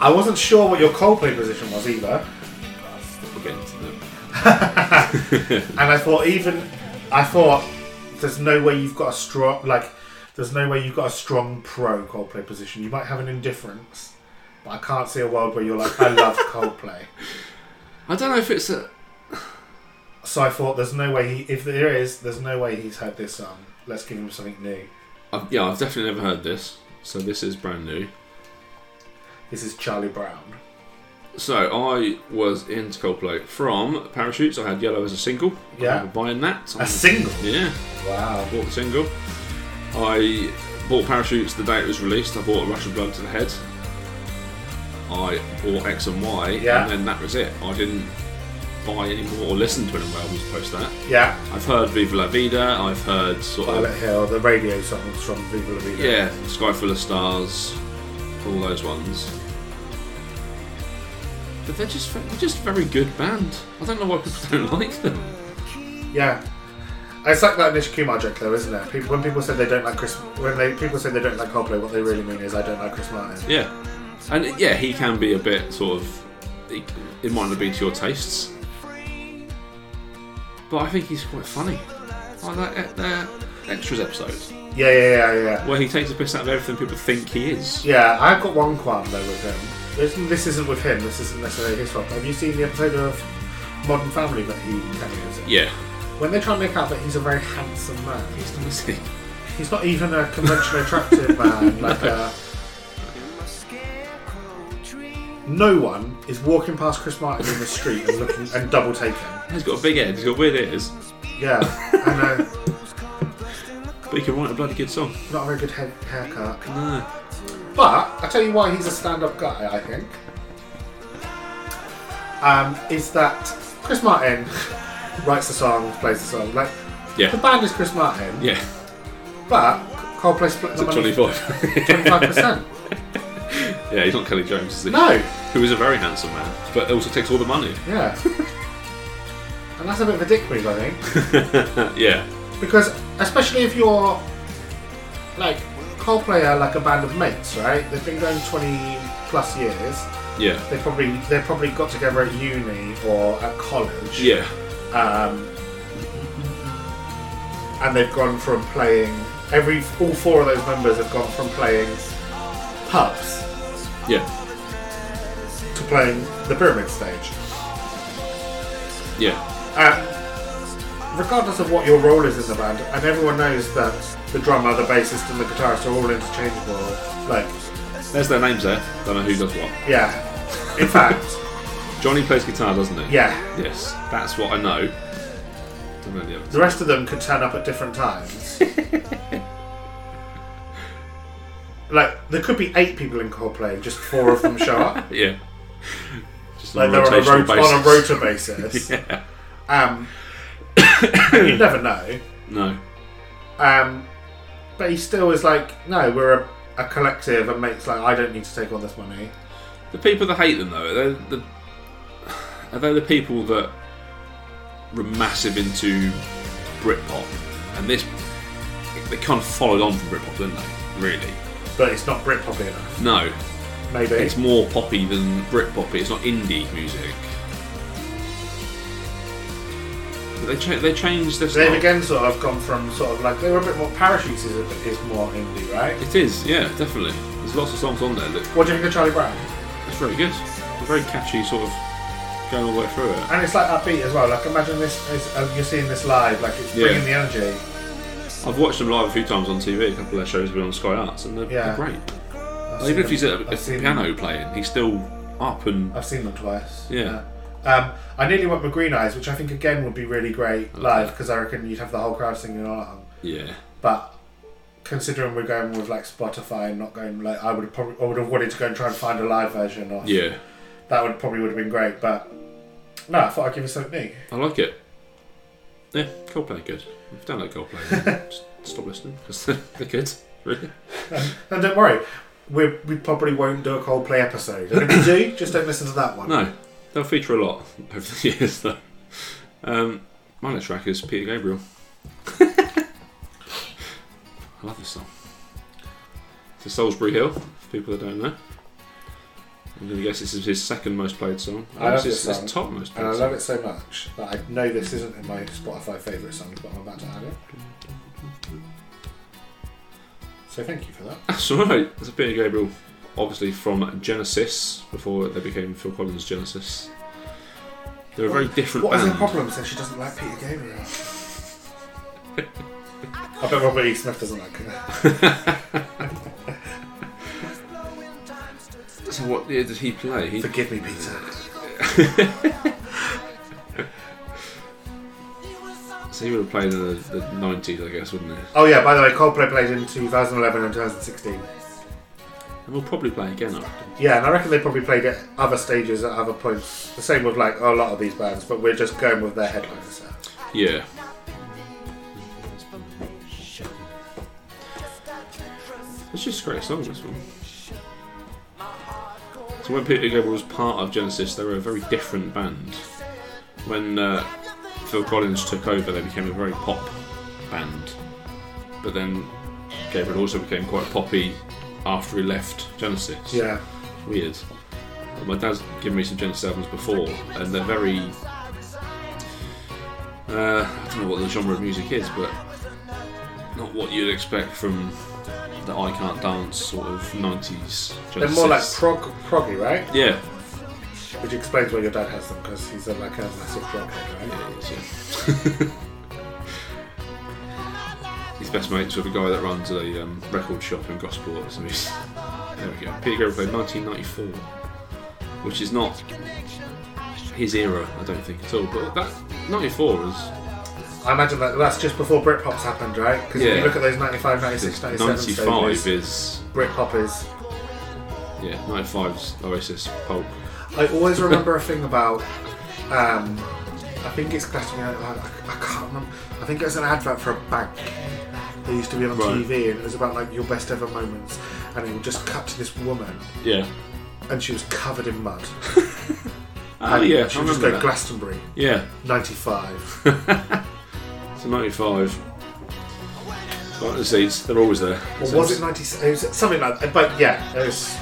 B: I wasn't sure what your Coldplay position was either,
A: We'll get into them.
B: and I thought even, I thought there's no way you've got a strong like, there's no way you've got a strong pro Coldplay position. You might have an indifference, but I can't see a world where you're like, I love Coldplay.
A: I don't know if it's a.
B: So I thought, there's no way he, if there is, there's no way he's heard this song. Let's give him something new.
A: I've, yeah, I've definitely never heard this, so this is brand new.
B: This is Charlie Brown.
A: So I was into Coldplay from Parachutes. I had Yellow as a single. I
B: Yeah.
A: remember buying that.
B: A single.
A: Yeah.
B: Wow.
A: bought the single. I bought Parachutes the day it was released. I bought A Rush of Blood to the Head. I bought X and Y,
B: Yeah.
A: and then that was it. I didn't buy any more or listen to any more albums post that.
B: Yeah.
A: I've heard Viva La Vida, I've heard sort of,
B: Violet Hill, the radio songs from Viva La Vida.
A: yeah, Sky Full of Stars, all those ones. But they're just, they're just a very good band. I don't know why people don't like them.
B: Yeah. It's like that Nish Kumar joke, though, isn't it? People, when people say they don't like Chris, when they people say they don't like Coldplay, what they really mean is I don't like Chris Martin.
A: Yeah, and yeah, he can be a bit sort of. he- It might not be to your tastes, but I think he's quite funny. Like that, eh, that extras episode
B: Yeah, yeah, yeah, yeah.
A: where he takes a piss out of everything people think he is.
B: Yeah, I've got one qualm though with him. This, this isn't with him. This isn't necessarily his fault. Have you seen the episode of Modern Family that he cameos in?
A: Yeah,
B: When they try and make out that he's a very handsome man,
A: he's not missing.
B: He's not even a conventional attractive man. Like uh, a, no one is walking past Chris Martin in the street and looking and double taking.
A: He's got a big head. He's got weird ears,
B: Yeah, and uh,
A: but he can write a bloody good song.
B: not a very good head, haircut.
A: No,
B: But I tell you why he's a stand-up guy. I think um, is that Chris Martin writes the song, plays the song. Like the
A: yeah,
B: band is Chris Martin,
A: yeah.
B: but Coldplay split the money
A: Twenty-five.
B: twenty-five percent.
A: yeah, he's not Kelly Jones, is he?
B: No,
A: Who is a very handsome man, but also takes all the money.
B: Yeah. and that's a bit of a dick move, I think.
A: yeah,
B: Because, especially if you're, like, Coldplay are like a band of mates, right? They've been going 20 plus years.
A: yeah,
B: They probably they probably got together at uni or at college.
A: yeah,
B: Um, and they've gone from playing every all four of those members have gone from playing pubs
A: yeah,
B: to playing the pyramid stage.
A: yeah.
B: Uh, regardless of what your role is in the band, and everyone knows that the drummer, the bassist, and the guitarist are all interchangeable. Like,
A: There's their names there. Don't know who does what.
B: yeah. In fact,
A: Johnny plays guitar, doesn't he?
B: Yeah.
A: Yes, that's what I know. Don't know the others.
B: The rest of them could turn up at different times. like there could be eight people in Coldplay, and just four of them show up.
A: Yeah. Just
B: like
A: on
B: they're
A: a
B: on a,
A: rotational
B: rot- on a
A: basis.
B: rota basis.
A: Yeah.
B: Um, you never know.
A: No.
B: Um, but he still is like, no, we're a, a collective, and makes like, I don't need to take all this money.
A: The people that hate them, though, are they the, are they the people that were massive into Britpop? And this, they kind of followed on from Britpop, didn't they? Really?
B: But it's not Britpop enough.
A: No.
B: Maybe
A: It's more poppy than Britpop. It's not indie music. They, cha- they changed their
B: they've
A: style.
B: again sort of gone from sort of like they were a bit more parachutes is, is more indie, right?
A: It is, yeah, definitely. There's lots of songs on there that
B: What do you think of Charlie Brown?
A: that's very good. A very catchy, sort of going all the way through it.
B: And it's like that beat as well. Like imagine this, is, uh, you're seeing this live, like it's
A: Yeah.
B: bringing the energy.
A: I've watched them live a few times on TV. A couple of their shows have been on Sky Arts, and they're,
B: Yeah.
A: they're great.
B: I've
A: Even
B: seen
A: if he's
B: them-
A: at a, a
B: I've seen
A: piano
B: Them,
A: playing, he's still up and
B: I've seen them twice.
A: Yeah.
B: Yeah. Um, I nearly went with Green Eyes, which I think again would be really great live because I reckon you'd have the whole crowd singing along.
A: yeah,
B: But considering we're going with like Spotify and not going like I would have probably I would have wanted to go and try and find a live version of
A: yeah.
B: that would probably would have been great, but no, I thought I'd give it something new.
A: I like it. Yeah, Coldplay, good. If you don't like Coldplay, then just stop listening because they're good. Really?
B: And don't worry, we we probably won't do a Coldplay episode. And if we do, just don't listen to that one.
A: No, they'll feature a lot over the years though. Um, my next track is Peter Gabriel. I love this song. It's a Salisbury Hill, for people that don't know. I'm going to guess this is his second most played song.
B: I love
A: This is
B: this
A: his
B: song.
A: top most
B: And
A: played
B: I
A: song.
B: love it so much that I know this isn't in my Spotify favourite songs, but I'm about to add it. So thank you for that.
A: That's alright. It's a Peter Gabriel, obviously from Genesis, before they became Phil Collins' Genesis. They're a very different
B: What is
A: band.
B: her problem? So she doesn't like Peter Gabriel. I bet Robert E. Smith doesn't like her.
A: So what year did he play? He,
B: Forgive me, Peter.
A: so he would have played in the, the 90s, I guess, wouldn't he?
B: Oh yeah, by the way, Coldplay played in 2011 and 2016.
A: And we'll probably play again after.
B: Yeah, and I reckon they probably played at other stages at other points. The same with like a lot of these bands, but we're just going with their headliners.
A: Yeah. It's just a great song, this one. So when Peter Gabriel was part of Genesis, they were a very different band. When uh, Phil Collins took over, they became a very pop band. But then Gabriel also became quite poppy after he left Genesis.
B: Yeah,
A: Weird. My dad's given me some Genesis albums before, and they're very. Uh, I don't know what the genre of music is, but not what you'd expect from the I Can't Dance sort of 90s Genesis.
B: they're more like prog proggy, right?
A: Yeah.
B: Which explains why your dad has them because he's a, like a massive prog head, right?
A: it is, yeah. He's best mates with a guy that runs a um, record shop in Gosport. So he's, there we go. Peter Gabriel played 1994, which is not his era, I don't think at all. But that 94 is
B: I imagine that that's just before Britpop's happened, right? Because if
A: Yeah.
B: you look at those 95, 96, 97
A: 95
B: stages,
A: is
B: Britpop is.
A: yeah 95's Oasis Pulp.
B: I always remember a thing about. Um, I think it's classic. I, I, I can't remember. I think it was an advert for a bank. They used to be on
A: Right.
B: TV, and it was about like your best ever moments, and it would just cut to this woman,
A: Yeah.
B: and she was covered in mud.
A: Oh
B: And
A: yeah,
B: she
A: I
B: would just
A: remember
B: go
A: that.
B: Glastonbury
A: yeah.
B: '95.
A: So 95. Plant the seeds. They're always there.
B: or was it '96? Something like that. But yeah, it was.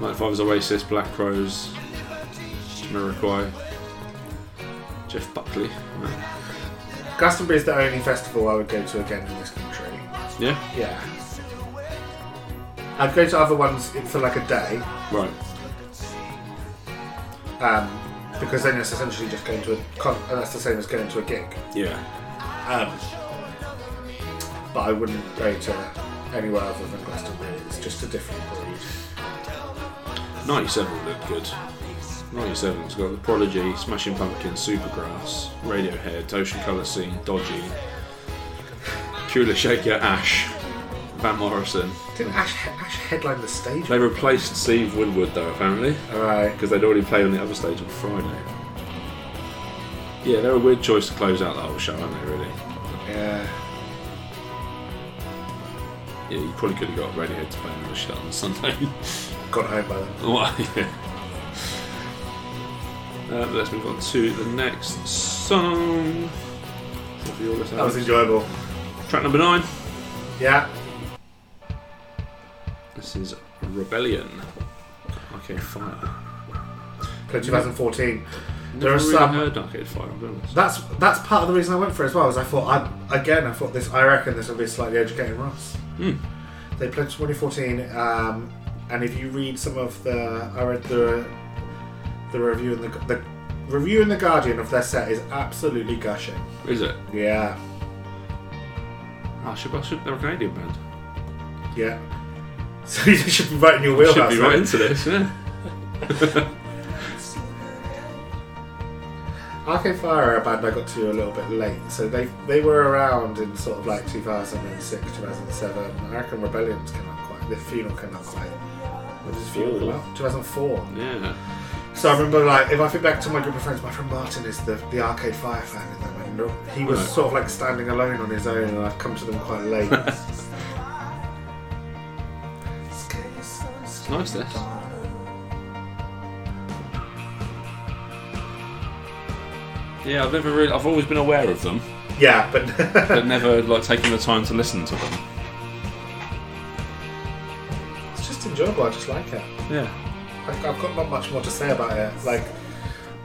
A: 95 is Oasis, Black Crows, Jamiroquai, Jeff Buckley. No.
B: Glastonbury is the only festival I would go to again in this country.
A: Yeah,
B: Yeah. I'd go to other ones for like a day,
A: right.
B: um, because then it's essentially just going to a con- and that's the same as going to a gig.
A: Yeah,
B: Um, but I wouldn't go to anywhere other than Glastonbury. It's just a different breed.
A: 97 looked good. 97. It's got The Prodigy, Smashing Pumpkins, Supergrass, Radiohead, Ocean Colour Scene, Dodgy, Kula Shaker, Ash, Van Morrison.
B: Didn't Ash, Ash headline the stage?
A: They replaced Steve Winwood though, apparently,
B: Alright.
A: because they'd already played on the other stage on Friday. Yeah, they're a weird choice to close out the whole show, aren't they, really?
B: Yeah.
A: Yeah, you probably could have got Radiohead to play another show on Sunday.
B: Got home by then.
A: Why? uh, let's move on to the next song. Of the August
B: That was
A: album.
B: enjoyable.
A: Track number nine.
B: Yeah.
A: This is Rebellion. Arcade Fire.
B: Played 2014. There
A: Never
B: are
A: really
B: some-
A: heard Arcade Fire. I'll be honest.
B: That's that's part of the reason I went for it as well. Is I thought I again I thought this I reckon this will be slightly educating Ross.
A: Hmm.
B: They played 2014, um, and if you read some of the I read the the review in the the review in the Guardian of their set is absolutely gushing.
A: Is it?
B: Yeah,
A: Ah, should, I should, they're a Canadian band.
B: yeah. So you should be right in your
A: I
B: wheelhouse.
A: should be right
B: mate.
A: into this. Yeah.
B: Arcade Fire are a band I got to a little bit late, so they they were around in sort of like 2006, 2007. I reckon Rebellions came out quite, the Funeral came out quite. What did Funeral come out? 2004.
A: yeah.
B: So I remember like, if I think back to my group of friends, my friend Martin is the, the Arcade Fire fan in them, and look, he was
A: Right.
B: sort of like standing alone on his own, and I've come to them quite late.
A: It's nice this. Yeah, I've never really. I've always been aware of them,
B: yeah, but
A: but never like taken the time to listen to them.
B: it's just enjoyable. I just like it.
A: Yeah.
B: Like, I've got not much more to say about it. Like,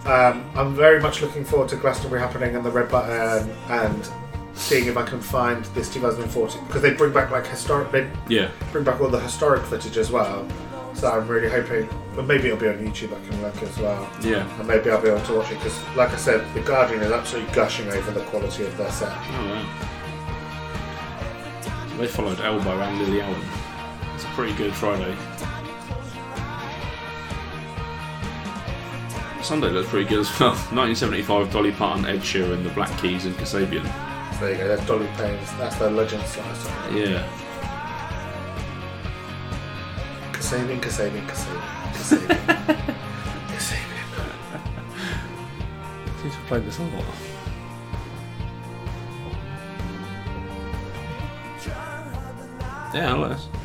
B: um, I'm very much looking forward to Glastonbury happening and the Red Button and seeing if I can find this 2014 because they bring back like historic, they
A: Yeah.
B: bring back all the historic footage as well. So I'm really hoping, but maybe it'll be on YouTube. I can look as well.
A: Yeah.
B: And maybe I'll be able to watch it because, like I said, the Guardian is absolutely gushing over the quality of their set.
A: Oh, wow. They followed Elbow and Lily Allen. It's a pretty good Friday. Sunday looks pretty good as well. 1975 Dolly Parton, Ed Sheeran, The Black Keys, and Kasabian.
B: So there you go. That's Dolly Payne's. That's their legend slice.
A: Yeah.
B: Kasabian, Kasabian, Kasabian, Kasabian, Kasabian.
A: Seems to have played this a lot. Yeah, I like this.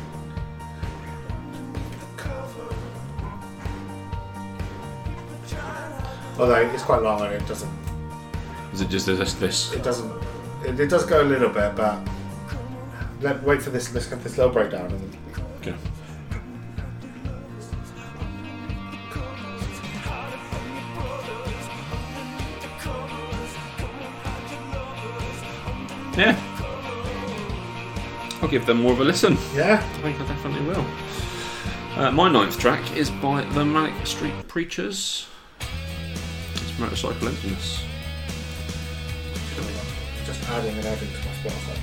B: Although it's quite long and it doesn't.
A: Is it just this? this?
B: It doesn't. It, it does go a little bit, but let wait for this. Let's get this little breakdown. And
A: Okay. Yeah. I'll give them more of a listen.
B: yeah.
A: I think I definitely will. Uh, my ninth track is by the Manic Street Preachers. It's Motorcycle Emptiness.
B: Just adding and adding to my Spotify.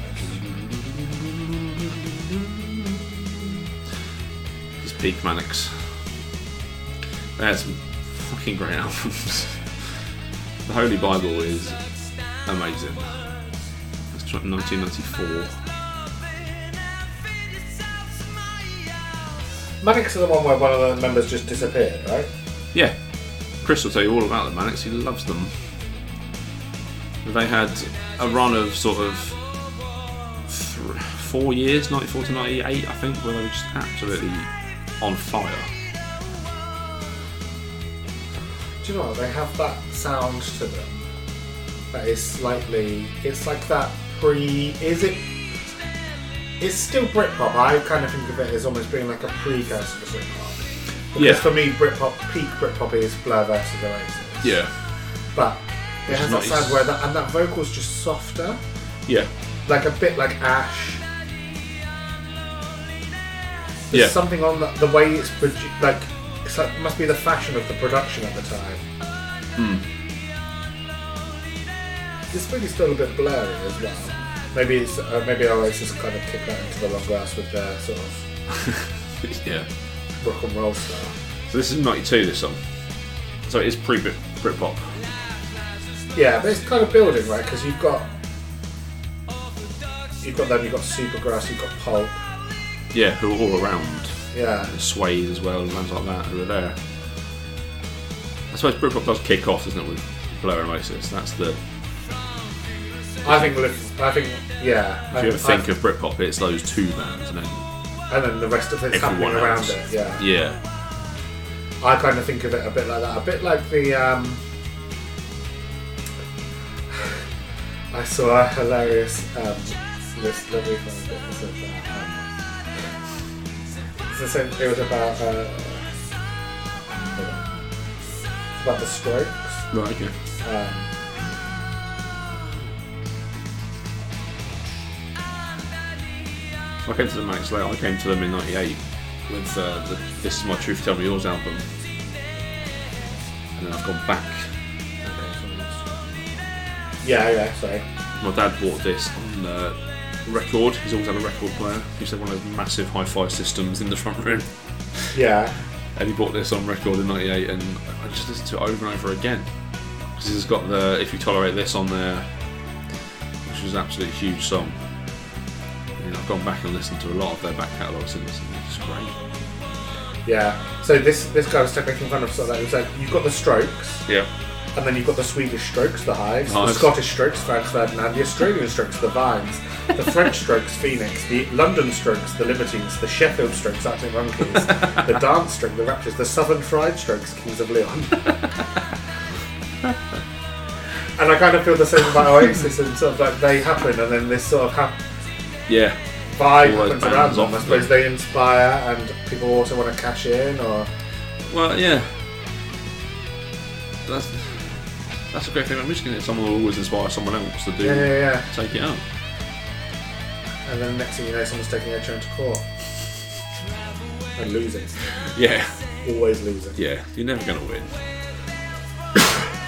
A: It's peak Manics. They had some fucking great albums. the Holy Bible is amazing. It's tr- 1994.
B: Manics are the one where one of the members just disappeared, right?
A: Yeah, Chris will tell you all about the Manics. He loves them. They had a run of sort of thr four years, 94 to 98, I think, where they were just absolutely on fire.
B: Do you know what? they have that sound to them that is slightly? It's like that pre. Is it? It's still Britpop. I kind of think of it as almost being like a precursor to Britpop. Because
A: Yeah.
B: for me, Britpop peak Britpop is Blur versus Oasis.
A: Yeah,
B: But it
A: Which
B: has
A: is
B: that
A: nice.
B: sound where that and that vocal's just softer,
A: yeah,
B: like a bit like Ash. There's
A: yeah.
B: something on the, the way it's produ- like it's like must be the fashion of the production at the time.
A: Hmm.
B: It's really still a bit blurry as well. Maybe it's uh, maybe Oasis kind of kicked that into the long grass with their sort of
A: yeah.
B: rock and roll style.
A: So this is 92, this song. So it is pre Britpop.
B: Yeah, but it's kind of building, right? Because you've got you've got them, you've got Supergrass, you've got Pulp.
A: Yeah, who are all around.
B: Yeah,
A: Suede as well and bands like that who are there. I suppose Britpop does kick off, doesn't it, with Blur and Oasis? That's the.
B: I think Lif- I think yeah.
A: If you ever think of Britpop, it's those two bands, and then
B: and then the rest of it's happening
A: everyone
B: around
A: else.
B: it. Yeah.
A: Yeah.
B: I kind of think of it a bit like that, a bit like the. Um, I saw a hilarious um, list. Let me find it. It's about, um, it's the same. It was about. Uh, hold on. it's about the Strokes.
A: Right. Okay.
B: Um,
A: I came to the Max later. I came to them in '98 with uh, the "This Is My Truth, Tell Me Yours" album, and then I've gone back.
B: yeah, yeah. Sorry.
A: My dad bought this on uh, record. He's always had a record player. He used to have one of those massive hi-fi systems in the front room,
B: Yeah.
A: and he bought this on record in '98, and I just listened to it over and over again because he's got the "If You Tolerate This" on there, which was an absolutely huge song. And I've gone back and listened to a lot of their back catalogue since, and it's great.
B: Yeah. So this this guy was making fun of sort of like, it was like you've got the Strokes,
A: Yeah.
B: and then you've got the Swedish Strokes, the Hives, the
A: Nice.
B: Scottish Strokes, Franz Ferdinand, the Australian Strokes, the Vines, the French Strokes, Phoenix, the London Strokes, the Libertines, the Sheffield Strokes, Arctic Monkeys, the Dance Stroke, the Raptors, the Southern Fried Strokes, Kings of Leon. And I kind of feel the same about Oasis, and sort of like they happen, and then this sort of hap-
A: Yeah.
B: vibe
A: All those
B: happens around
A: bands
B: them. I
A: off
B: suppose
A: them.
B: they inspire, and people also want to cash in, or
A: Well, yeah. That's that's a great thing about music, isn't it? Someone will always inspire someone else to do
B: yeah, yeah, yeah.
A: take it up.
B: And then next thing you know, someone's taking their turn to court and losing.
A: Yeah,
B: Always losing.
A: yeah. You're never gonna win.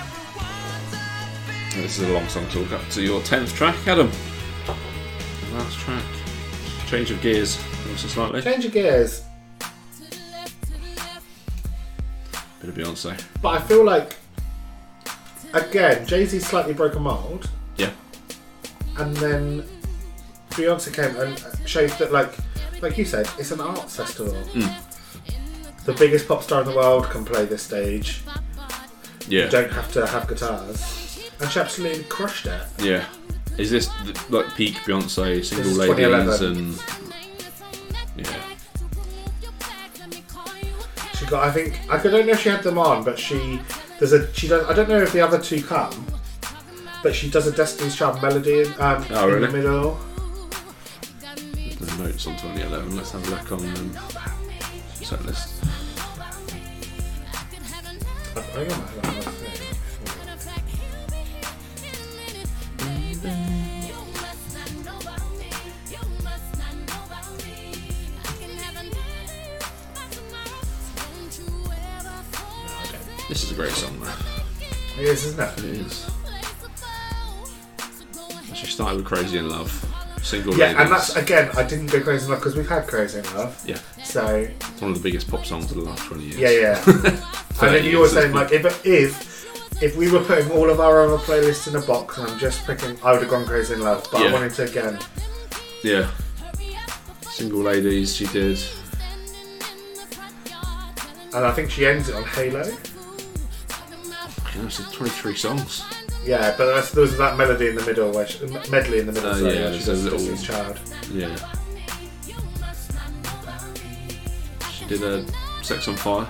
A: this is a long song. So we'll cut to your tenth track, Adam. The last track. Change of gears, ever so slightly. Bit
B: Change of gears,
A: of Beyonce.
B: but I feel like again, Jay Z slightly broke a mold,
A: Yeah.
B: and then Beyonce came and showed that, like, like you said, it's an arts festival. The biggest pop star in the world can play this stage.
A: Yeah.
B: Don't have to have guitars, and she absolutely crushed it.
A: Yeah. Is this the, like peak Beyonce single
B: is
A: ladies
B: 2011.
A: and yeah?
B: She got. I think I don't know if she had them on, but she there's a she does. I don't know if the other two come, but she does a Destiny's Child melody in, um,
A: Oh,
B: in the
A: really?
B: middle.
A: the notes on 2011. Let's have a look on um, set list.
B: I think I might have that on my thing.
A: This is a great song, man.
B: It is, isn't it?
A: It is. She started with Crazy in Love, single
B: Yeah,
A: ladies.
B: and that's again. I didn't go crazy enough because we've had crazy in love.
A: yeah,
B: So
A: it's one of the biggest pop songs of the last 20 years.
B: yeah, yeah. and then you were saying like if it is. If we were putting all of our other playlists in a box and I'm just picking, I would have gone crazy in love, but
A: Yeah.
B: I wanted to again.
A: Yeah. Single ladies, she did.
B: And I think she ends it on Halo.
A: You know, she did 23 songs.
B: Yeah, but that's, there was that melody in the middle, where she, medley in the middle.
A: Oh,
B: sorry,
A: yeah,
B: where she
A: there's
B: does
A: a little-
B: Destiny's Child.
A: Yeah. She did a Sex on Fire.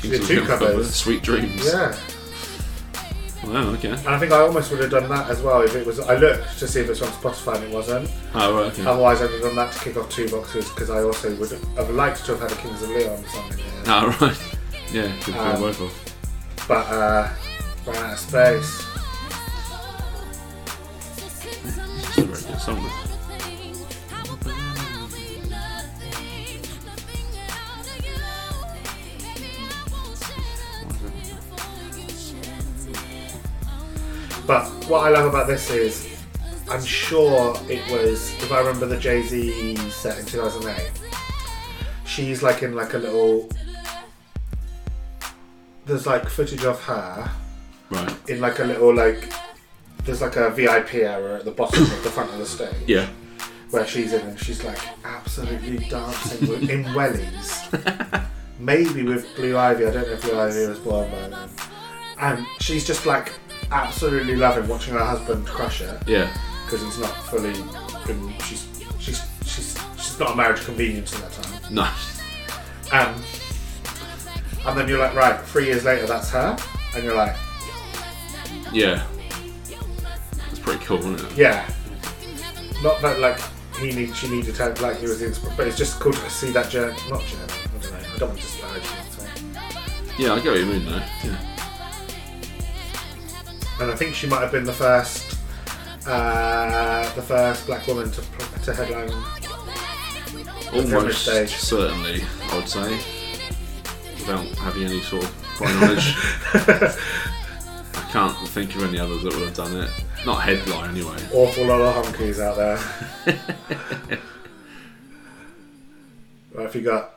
B: did
A: of
B: two
A: Leon
B: covers.
A: Sweet Dreams.
B: Yeah,
A: Wow, okay.
B: and I think I almost would have done that as well if it was. I looked to see if it was on Spotify and it wasn't.
A: Oh, right, okay.
B: Otherwise, I'd have done that to kick off two boxes because I also would have liked to have had a Kings of Leon song in there.
A: Oh, right. Yeah, good
B: Um,
A: both of.
B: But uh, ran out of space.
A: It's a very good song. though.
B: But what I love about this is, I'm sure it was if I remember the Jay Z set in 2008. She's like in like a little there's like footage of her
A: Right.
B: in like a little like there's like a VIP area at the bottom of the front of the stage
A: Yeah.
B: where she's in and she's like absolutely dancing with, in wellies, maybe with Blue Ivy. I don't know if Blue Ivy was born by then, and she's just like absolutely loving watching her husband crush her
A: Yeah.
B: because he's not fully. Been, she's she's she's she's not a marriage convenience at that time.
A: No.
B: Um, and then you're like, right, three years later, that's her. And you're like,
A: Yeah. That's pretty cool, isn't it?
B: yeah. Not that, like, he need, she needed help, like, he was the inspiration. But it's just cool to see that journey. Not journey, I don't know. I don't want to disparage him. so.
A: Yeah, I get what you mean, though. Yeah.
B: And I think she might have been the first. Uh, the first black woman to, pl- to headline.
A: Almost
B: stage.
A: certainly, I would say, without having any sort of prior knowledge. I can't think of any others that would have done it. Not headline, anyway.
B: Awful lot of honkies out there. what have you got?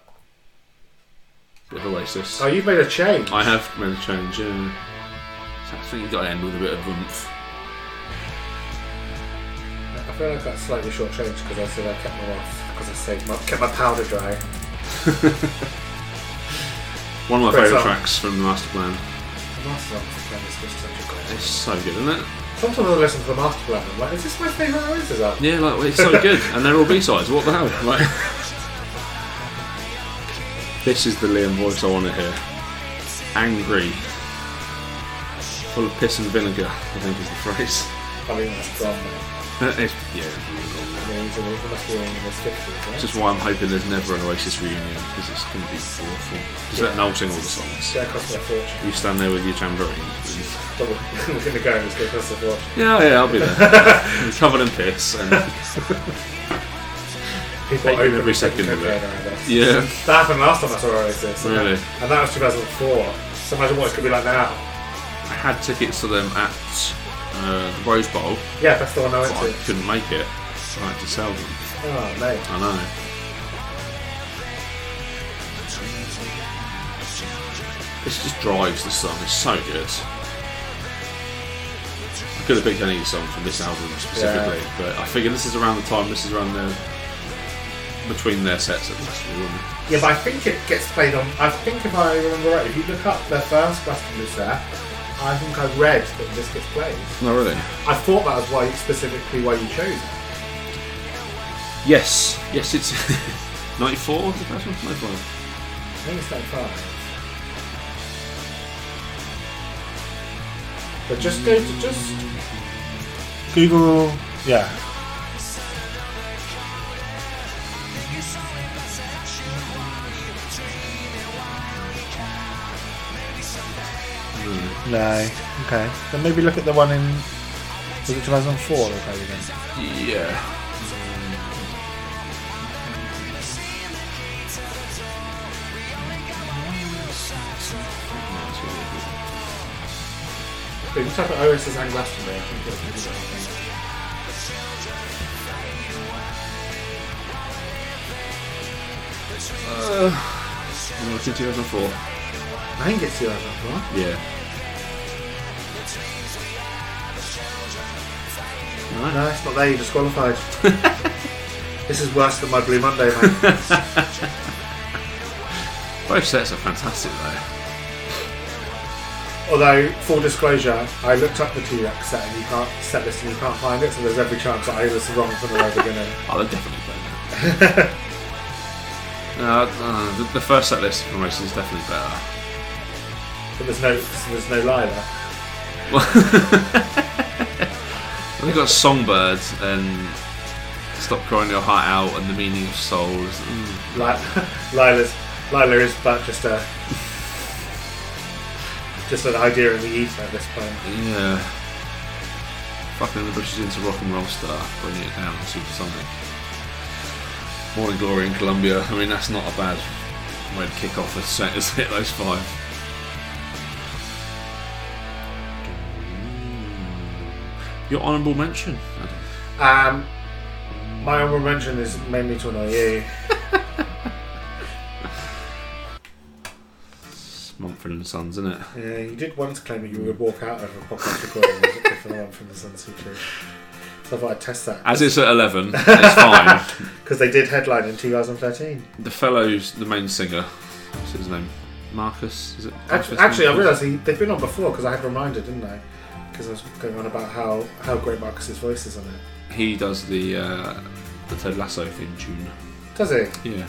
A: Bit of Oasis.
B: Oh, you've made a change.
A: I have made a change. Yeah. So I think you've got to end with a bit of oomph.
B: I feel like that's slightly shortchanged because I said I kept my wife because I saved my kept my powder dry.
A: One of my
B: Great
A: favourite
B: song.
A: tracks from the master plan.
B: Master Plan is just such a great.
A: It's so good, isn't it?
B: Sometimes I listen to the Master Plan and I'm like, is this my favourite Oasis album?
A: Yeah, like well, it's so good, and they're all B sides. What the hell? Like, this is the Liam voice I want to hear. Angry, full of piss and vinegar. I think is the phrase.
B: I mean, that's gone now.
A: It's- yeah,
B: I mean, it's in the- it must be in the 50s, right?
A: which is why I'm hoping there's never an Oasis reunion because it's going to be awful. Just let Noel sing all the songs.
B: Yeah, it cost me a fortune.
A: You stand there with your tambourine.
B: But we're, we're gonna go and it's gonna cost a fortune.
A: Yeah, yeah, I'll be there. Covered in piss. And,
B: People
A: Taking
B: openly
A: every second of
B: cocaine
A: it.
B: around us.
A: yeah,
B: That happened last time I saw Oasis. and
A: Really?
B: That, and that was 2004. So imagine what it's gonna be like now.
A: I had tickets to them at uh, the Rose Bowl.
B: Yeah, that's the one I went
A: but Oh, I
B: to.
A: couldn't make it. So I had to sell them.
B: Oh, mate.
A: I know. This just drives the song. It's so good. I could have picked any song from this album specifically, but I figure this is around the time. This is around the between their sets. At least, really.
B: Yeah, but I think it gets played on. I think if I remember right, if you look up their first Western Blue set, I think I read that this gets played.
A: Not really.
B: I thought that was why specifically why you chose it.
A: Yes, yes, it's ninety four. The first one, ninety four.
B: I think it's like five. But just go to just Google. Yeah. Hmm, No. Okay. Then maybe look at the one in was it 2004 or something?
A: Yeah.
B: But if you type oh, in Oasis and Glastonbury, I think it'll be there.
A: No, it's in 2004.
B: I think it's the other one.
A: Yeah.
B: No, it's not there. You're disqualified. this is worse than my Blue Monday, man.
A: Both sets are fantastic though.
B: Although, full disclosure, I looked up the T-Rex set and you can't set list and you can't find it, so there's every chance that I was wrong from the very beginning.
A: Oh, they're definitely better. uh, uh, the, the first set list from Racing is definitely better.
B: But there's no, there's no lie there.
A: I've got Songbird and Stop Crying Your Heart Out and The Meaning of Souls. Mm.
B: Li- Lila's, Lila is but just a, just an idea in the ether at this point.
A: Yeah. Fucking the British into rock and roll star, bringing it down, supersonic. Morning Glory in Colombia. I mean, that's not a bad way to kick off a set, is it? Those five. Your honourable mention. Adam.
B: Um, my honorable mention is mainly to annoy you.
A: It's month Mumford and Sons, isn't it?
B: Yeah, you did once claim that you would walk out of a podcast recording if anyone from the Sun Secret. So I thought I'd test that.
A: As it's at eleven, it's fine.
B: Because they did headline in 2013.
A: The fellow's the main singer. What's his name? Marcus? Is it?
B: Actually,
A: Marcus?
B: actually I
A: Marcus?
B: realised he- they've been on before because I had reminded, didn't I? Because I was going on about how, how great Marcus's voice is on it.
A: he does the uh, the Ted Lasso theme tune.
B: Does he?
A: Yeah,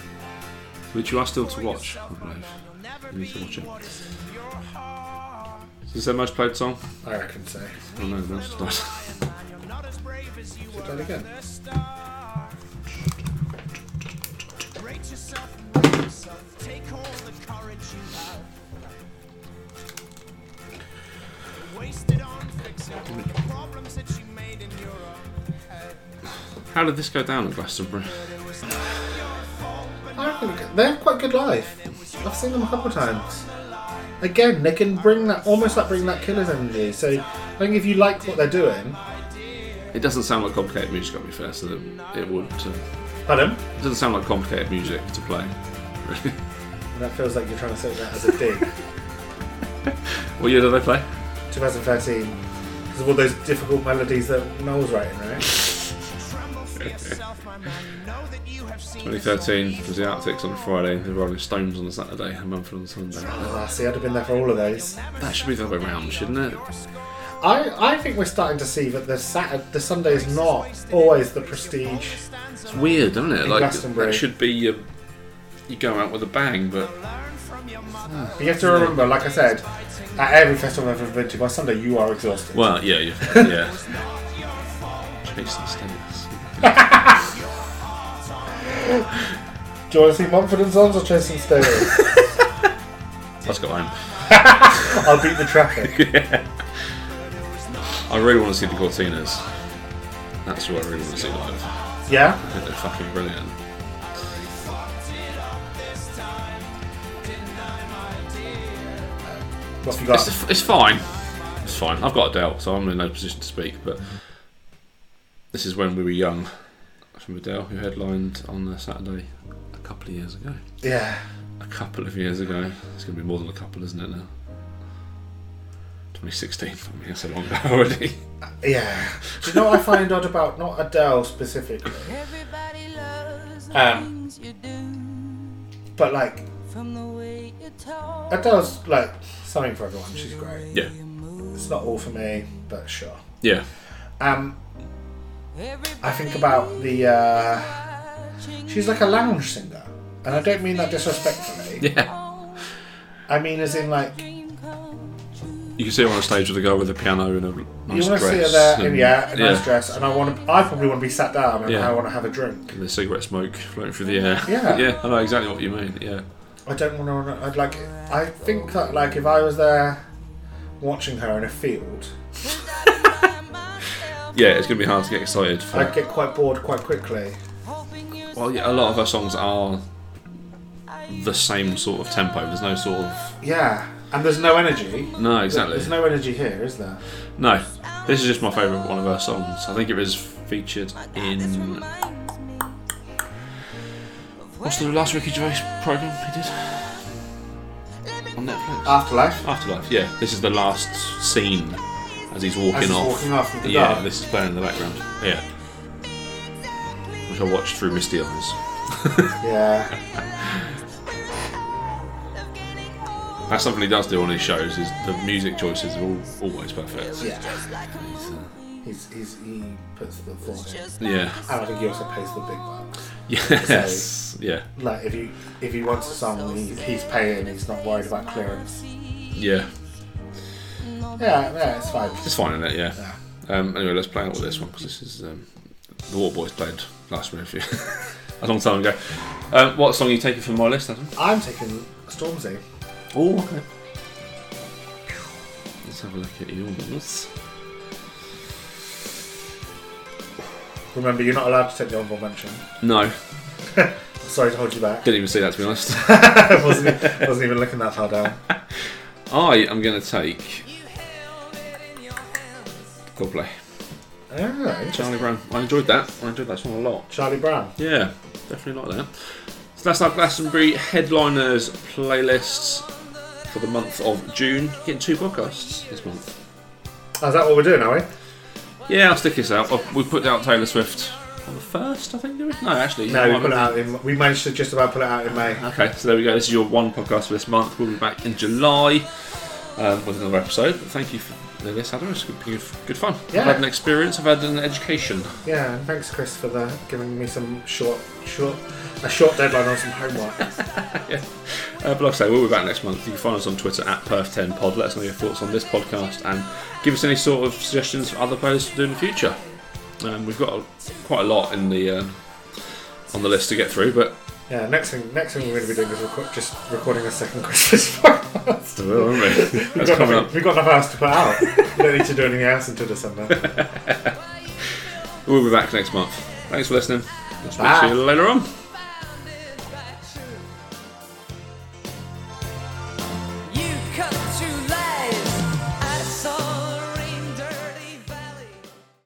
A: which you are still to watch, I believe. You need to watch it. Is this their most played song?
B: I reckon so.
A: I don't know. That's nice.
B: Should we do it again?
A: How did this go down at Glastonbury?
B: I reckon they're quite good live. I've seen them a couple of times. Again, they can bring that almost like bring that killer's energy. So I think if you like what they're doing,
A: It doesn't sound like complicated music. Got to be fair, so that it would. Uh,
B: pardon,
A: it doesn't sound like complicated music to play. Really.
B: that feels like you're trying to say that as a dig.
A: what year did they play?
B: 2013 because of all those difficult melodies that Noel's writing, right?
A: 2013 was the Arctics on a Friday, the Rolling Stones on a Saturday, and Mumford on a Sunday.
B: Ah, see, I'd have been there for all of those.
A: That should be the other way round, shouldn't it?
B: I, I think we're starting to see that the Sat the Sunday is not always the prestige.
A: It's weird, isn't it? Like
B: Glastonbury.
A: that should be your, you go out with a bang, but
B: But you have to remember, like I said, at every festival I've ever been to, by Sunday you are exhausted.
A: well, yeah, you yeah. Jason Statham.
B: Do you want to see Mumford and Sons or Chasing Stones?
A: Let's go home.
B: I'll beat the traffic.
A: I really want to see the Cortinas. That's what I really want to see live. I
B: Yeah,
A: think they're fucking brilliant.
B: what have you
A: It's,
B: got?
A: it's fine. It's fine. I've got a doubt, so I'm in no position to speak. But this is when we were young. From Adele, who headlined on a Saturday a couple of years ago.
B: Yeah,
A: a couple of years ago. It's going to be more than a couple, isn't it now? 2016. I mean, that's a long ago already.
B: yeah. Do you know what I find odd about not Adele specifically,
E: Everybody loves the
B: Um,
E: things you do
B: but like
E: from the way you talk.
B: Adele's like something for everyone. She's great.
A: Yeah.
B: It's not all for me, but sure.
A: Yeah.
B: Um, I
E: Everybody
B: think about the. Uh,
E: watching
B: she's like a lounge singer, and I don't mean that disrespectfully.
A: Yeah.
B: I mean as in like you
E: dream come true.
A: You can see her on a stage with a girl with a piano and a nice
B: want to
A: dress.
B: see her there in
A: and-
B: yeah, a nice
A: yeah,
B: dress, and I want to. I probably want to be sat down and
A: Yeah.
B: I want to have a drink.
A: And the cigarette smoke floating through the air.
B: Yeah.
A: yeah, I know exactly what you mean. Yeah.
B: I don't want to. I'd like. I think that like if I was there watching her in a field,
A: Yeah, it's going to be hard to get excited for.
B: I'd get quite bored quite quickly.
E: Hoping you
A: Well, yeah, a lot of her songs are the same sort of tempo. There's no sort of.
B: Yeah, and there's no energy.
A: No, exactly.
B: There's no energy here, is there?
A: No, this is just my favourite one of her songs. I think it was featured in
E: reminds me of
A: what's
E: when
A: the last Ricky Gervais program he did on Netflix?
B: Afterlife.
A: Afterlife. Yeah, this is the last scene as he's walking
B: As he's
A: off.
B: walking off with the
A: yeah,
B: dog.
A: this is playing in the background. Yeah, which I watched through misty eyes.
B: Yeah.
A: That's something he does do on his shows. Is the music choices are all, always perfect.
B: Yeah. He's, he's, he puts the thought in.
A: Yeah.
B: And I think he also pays the big bucks.
A: Yes. Yeah.
B: Like if you if he wants a song, he, he's paying. He's not worried about clearance.
A: Yeah.
B: Yeah, yeah, it's fine.
A: It's fine, isn't it? Yeah. Um, anyway, let's play out with this one because this is um, the Water Boys played last week a long time ago. Um, what song are you taking from my list, Adam?
B: I'm taking Stormzy.
A: Oh, okay. Let's have a look at yours.
B: Remember, you're not allowed to take the honorable mention.
A: No,
B: Sorry to hold you back.
A: didn't even see that to be honest.
B: I wasn't, e- wasn't even looking that far down.
A: I am going to take Coldplay.
B: Oh,
A: Charlie Brown. I enjoyed that. I enjoyed that song a lot.
B: Charlie Brown.
A: Yeah, definitely like that. So that's our Glastonbury headliners playlists. for the month of June. Getting two podcasts this month.
B: Oh, is that what we're doing, are we?
A: Yeah, I'll stick this out. I've- we put out Taylor Swift on the first, I think. there is- No, actually,
B: No,
A: it
B: we
A: might
B: put it
A: be-
B: out in. We managed to just about put it out in May.
A: Okay, so there we go. This is your one podcast for this month. We'll be back in July um, with another episode. But thank you for this, Adam. It's good, good, good fun.
B: Yeah.
A: I've had an experience. I've had an education.
B: Yeah, and thanks, Chris, for the, giving me some short, short, a short deadline on some homework.
A: Uh, but like I say, we'll be back next month. You can find us on Twitter at Perf10Pod. Let us know your thoughts on this podcast and give us any sort of suggestions for other posts to do in the future. Um, we've got a, quite a lot in the um on the list to get through, but
B: Yeah, next thing, next thing we're going to be doing is reco- just recording a second Christmas podcast. We've
A: that's
B: got,
A: coming
B: nothing,
A: up.
B: we've got enough else to put out. we don't need to do anything else until December.
A: We'll be back next month. Thanks for listening. I'll speak
B: Bye.
A: to you later on.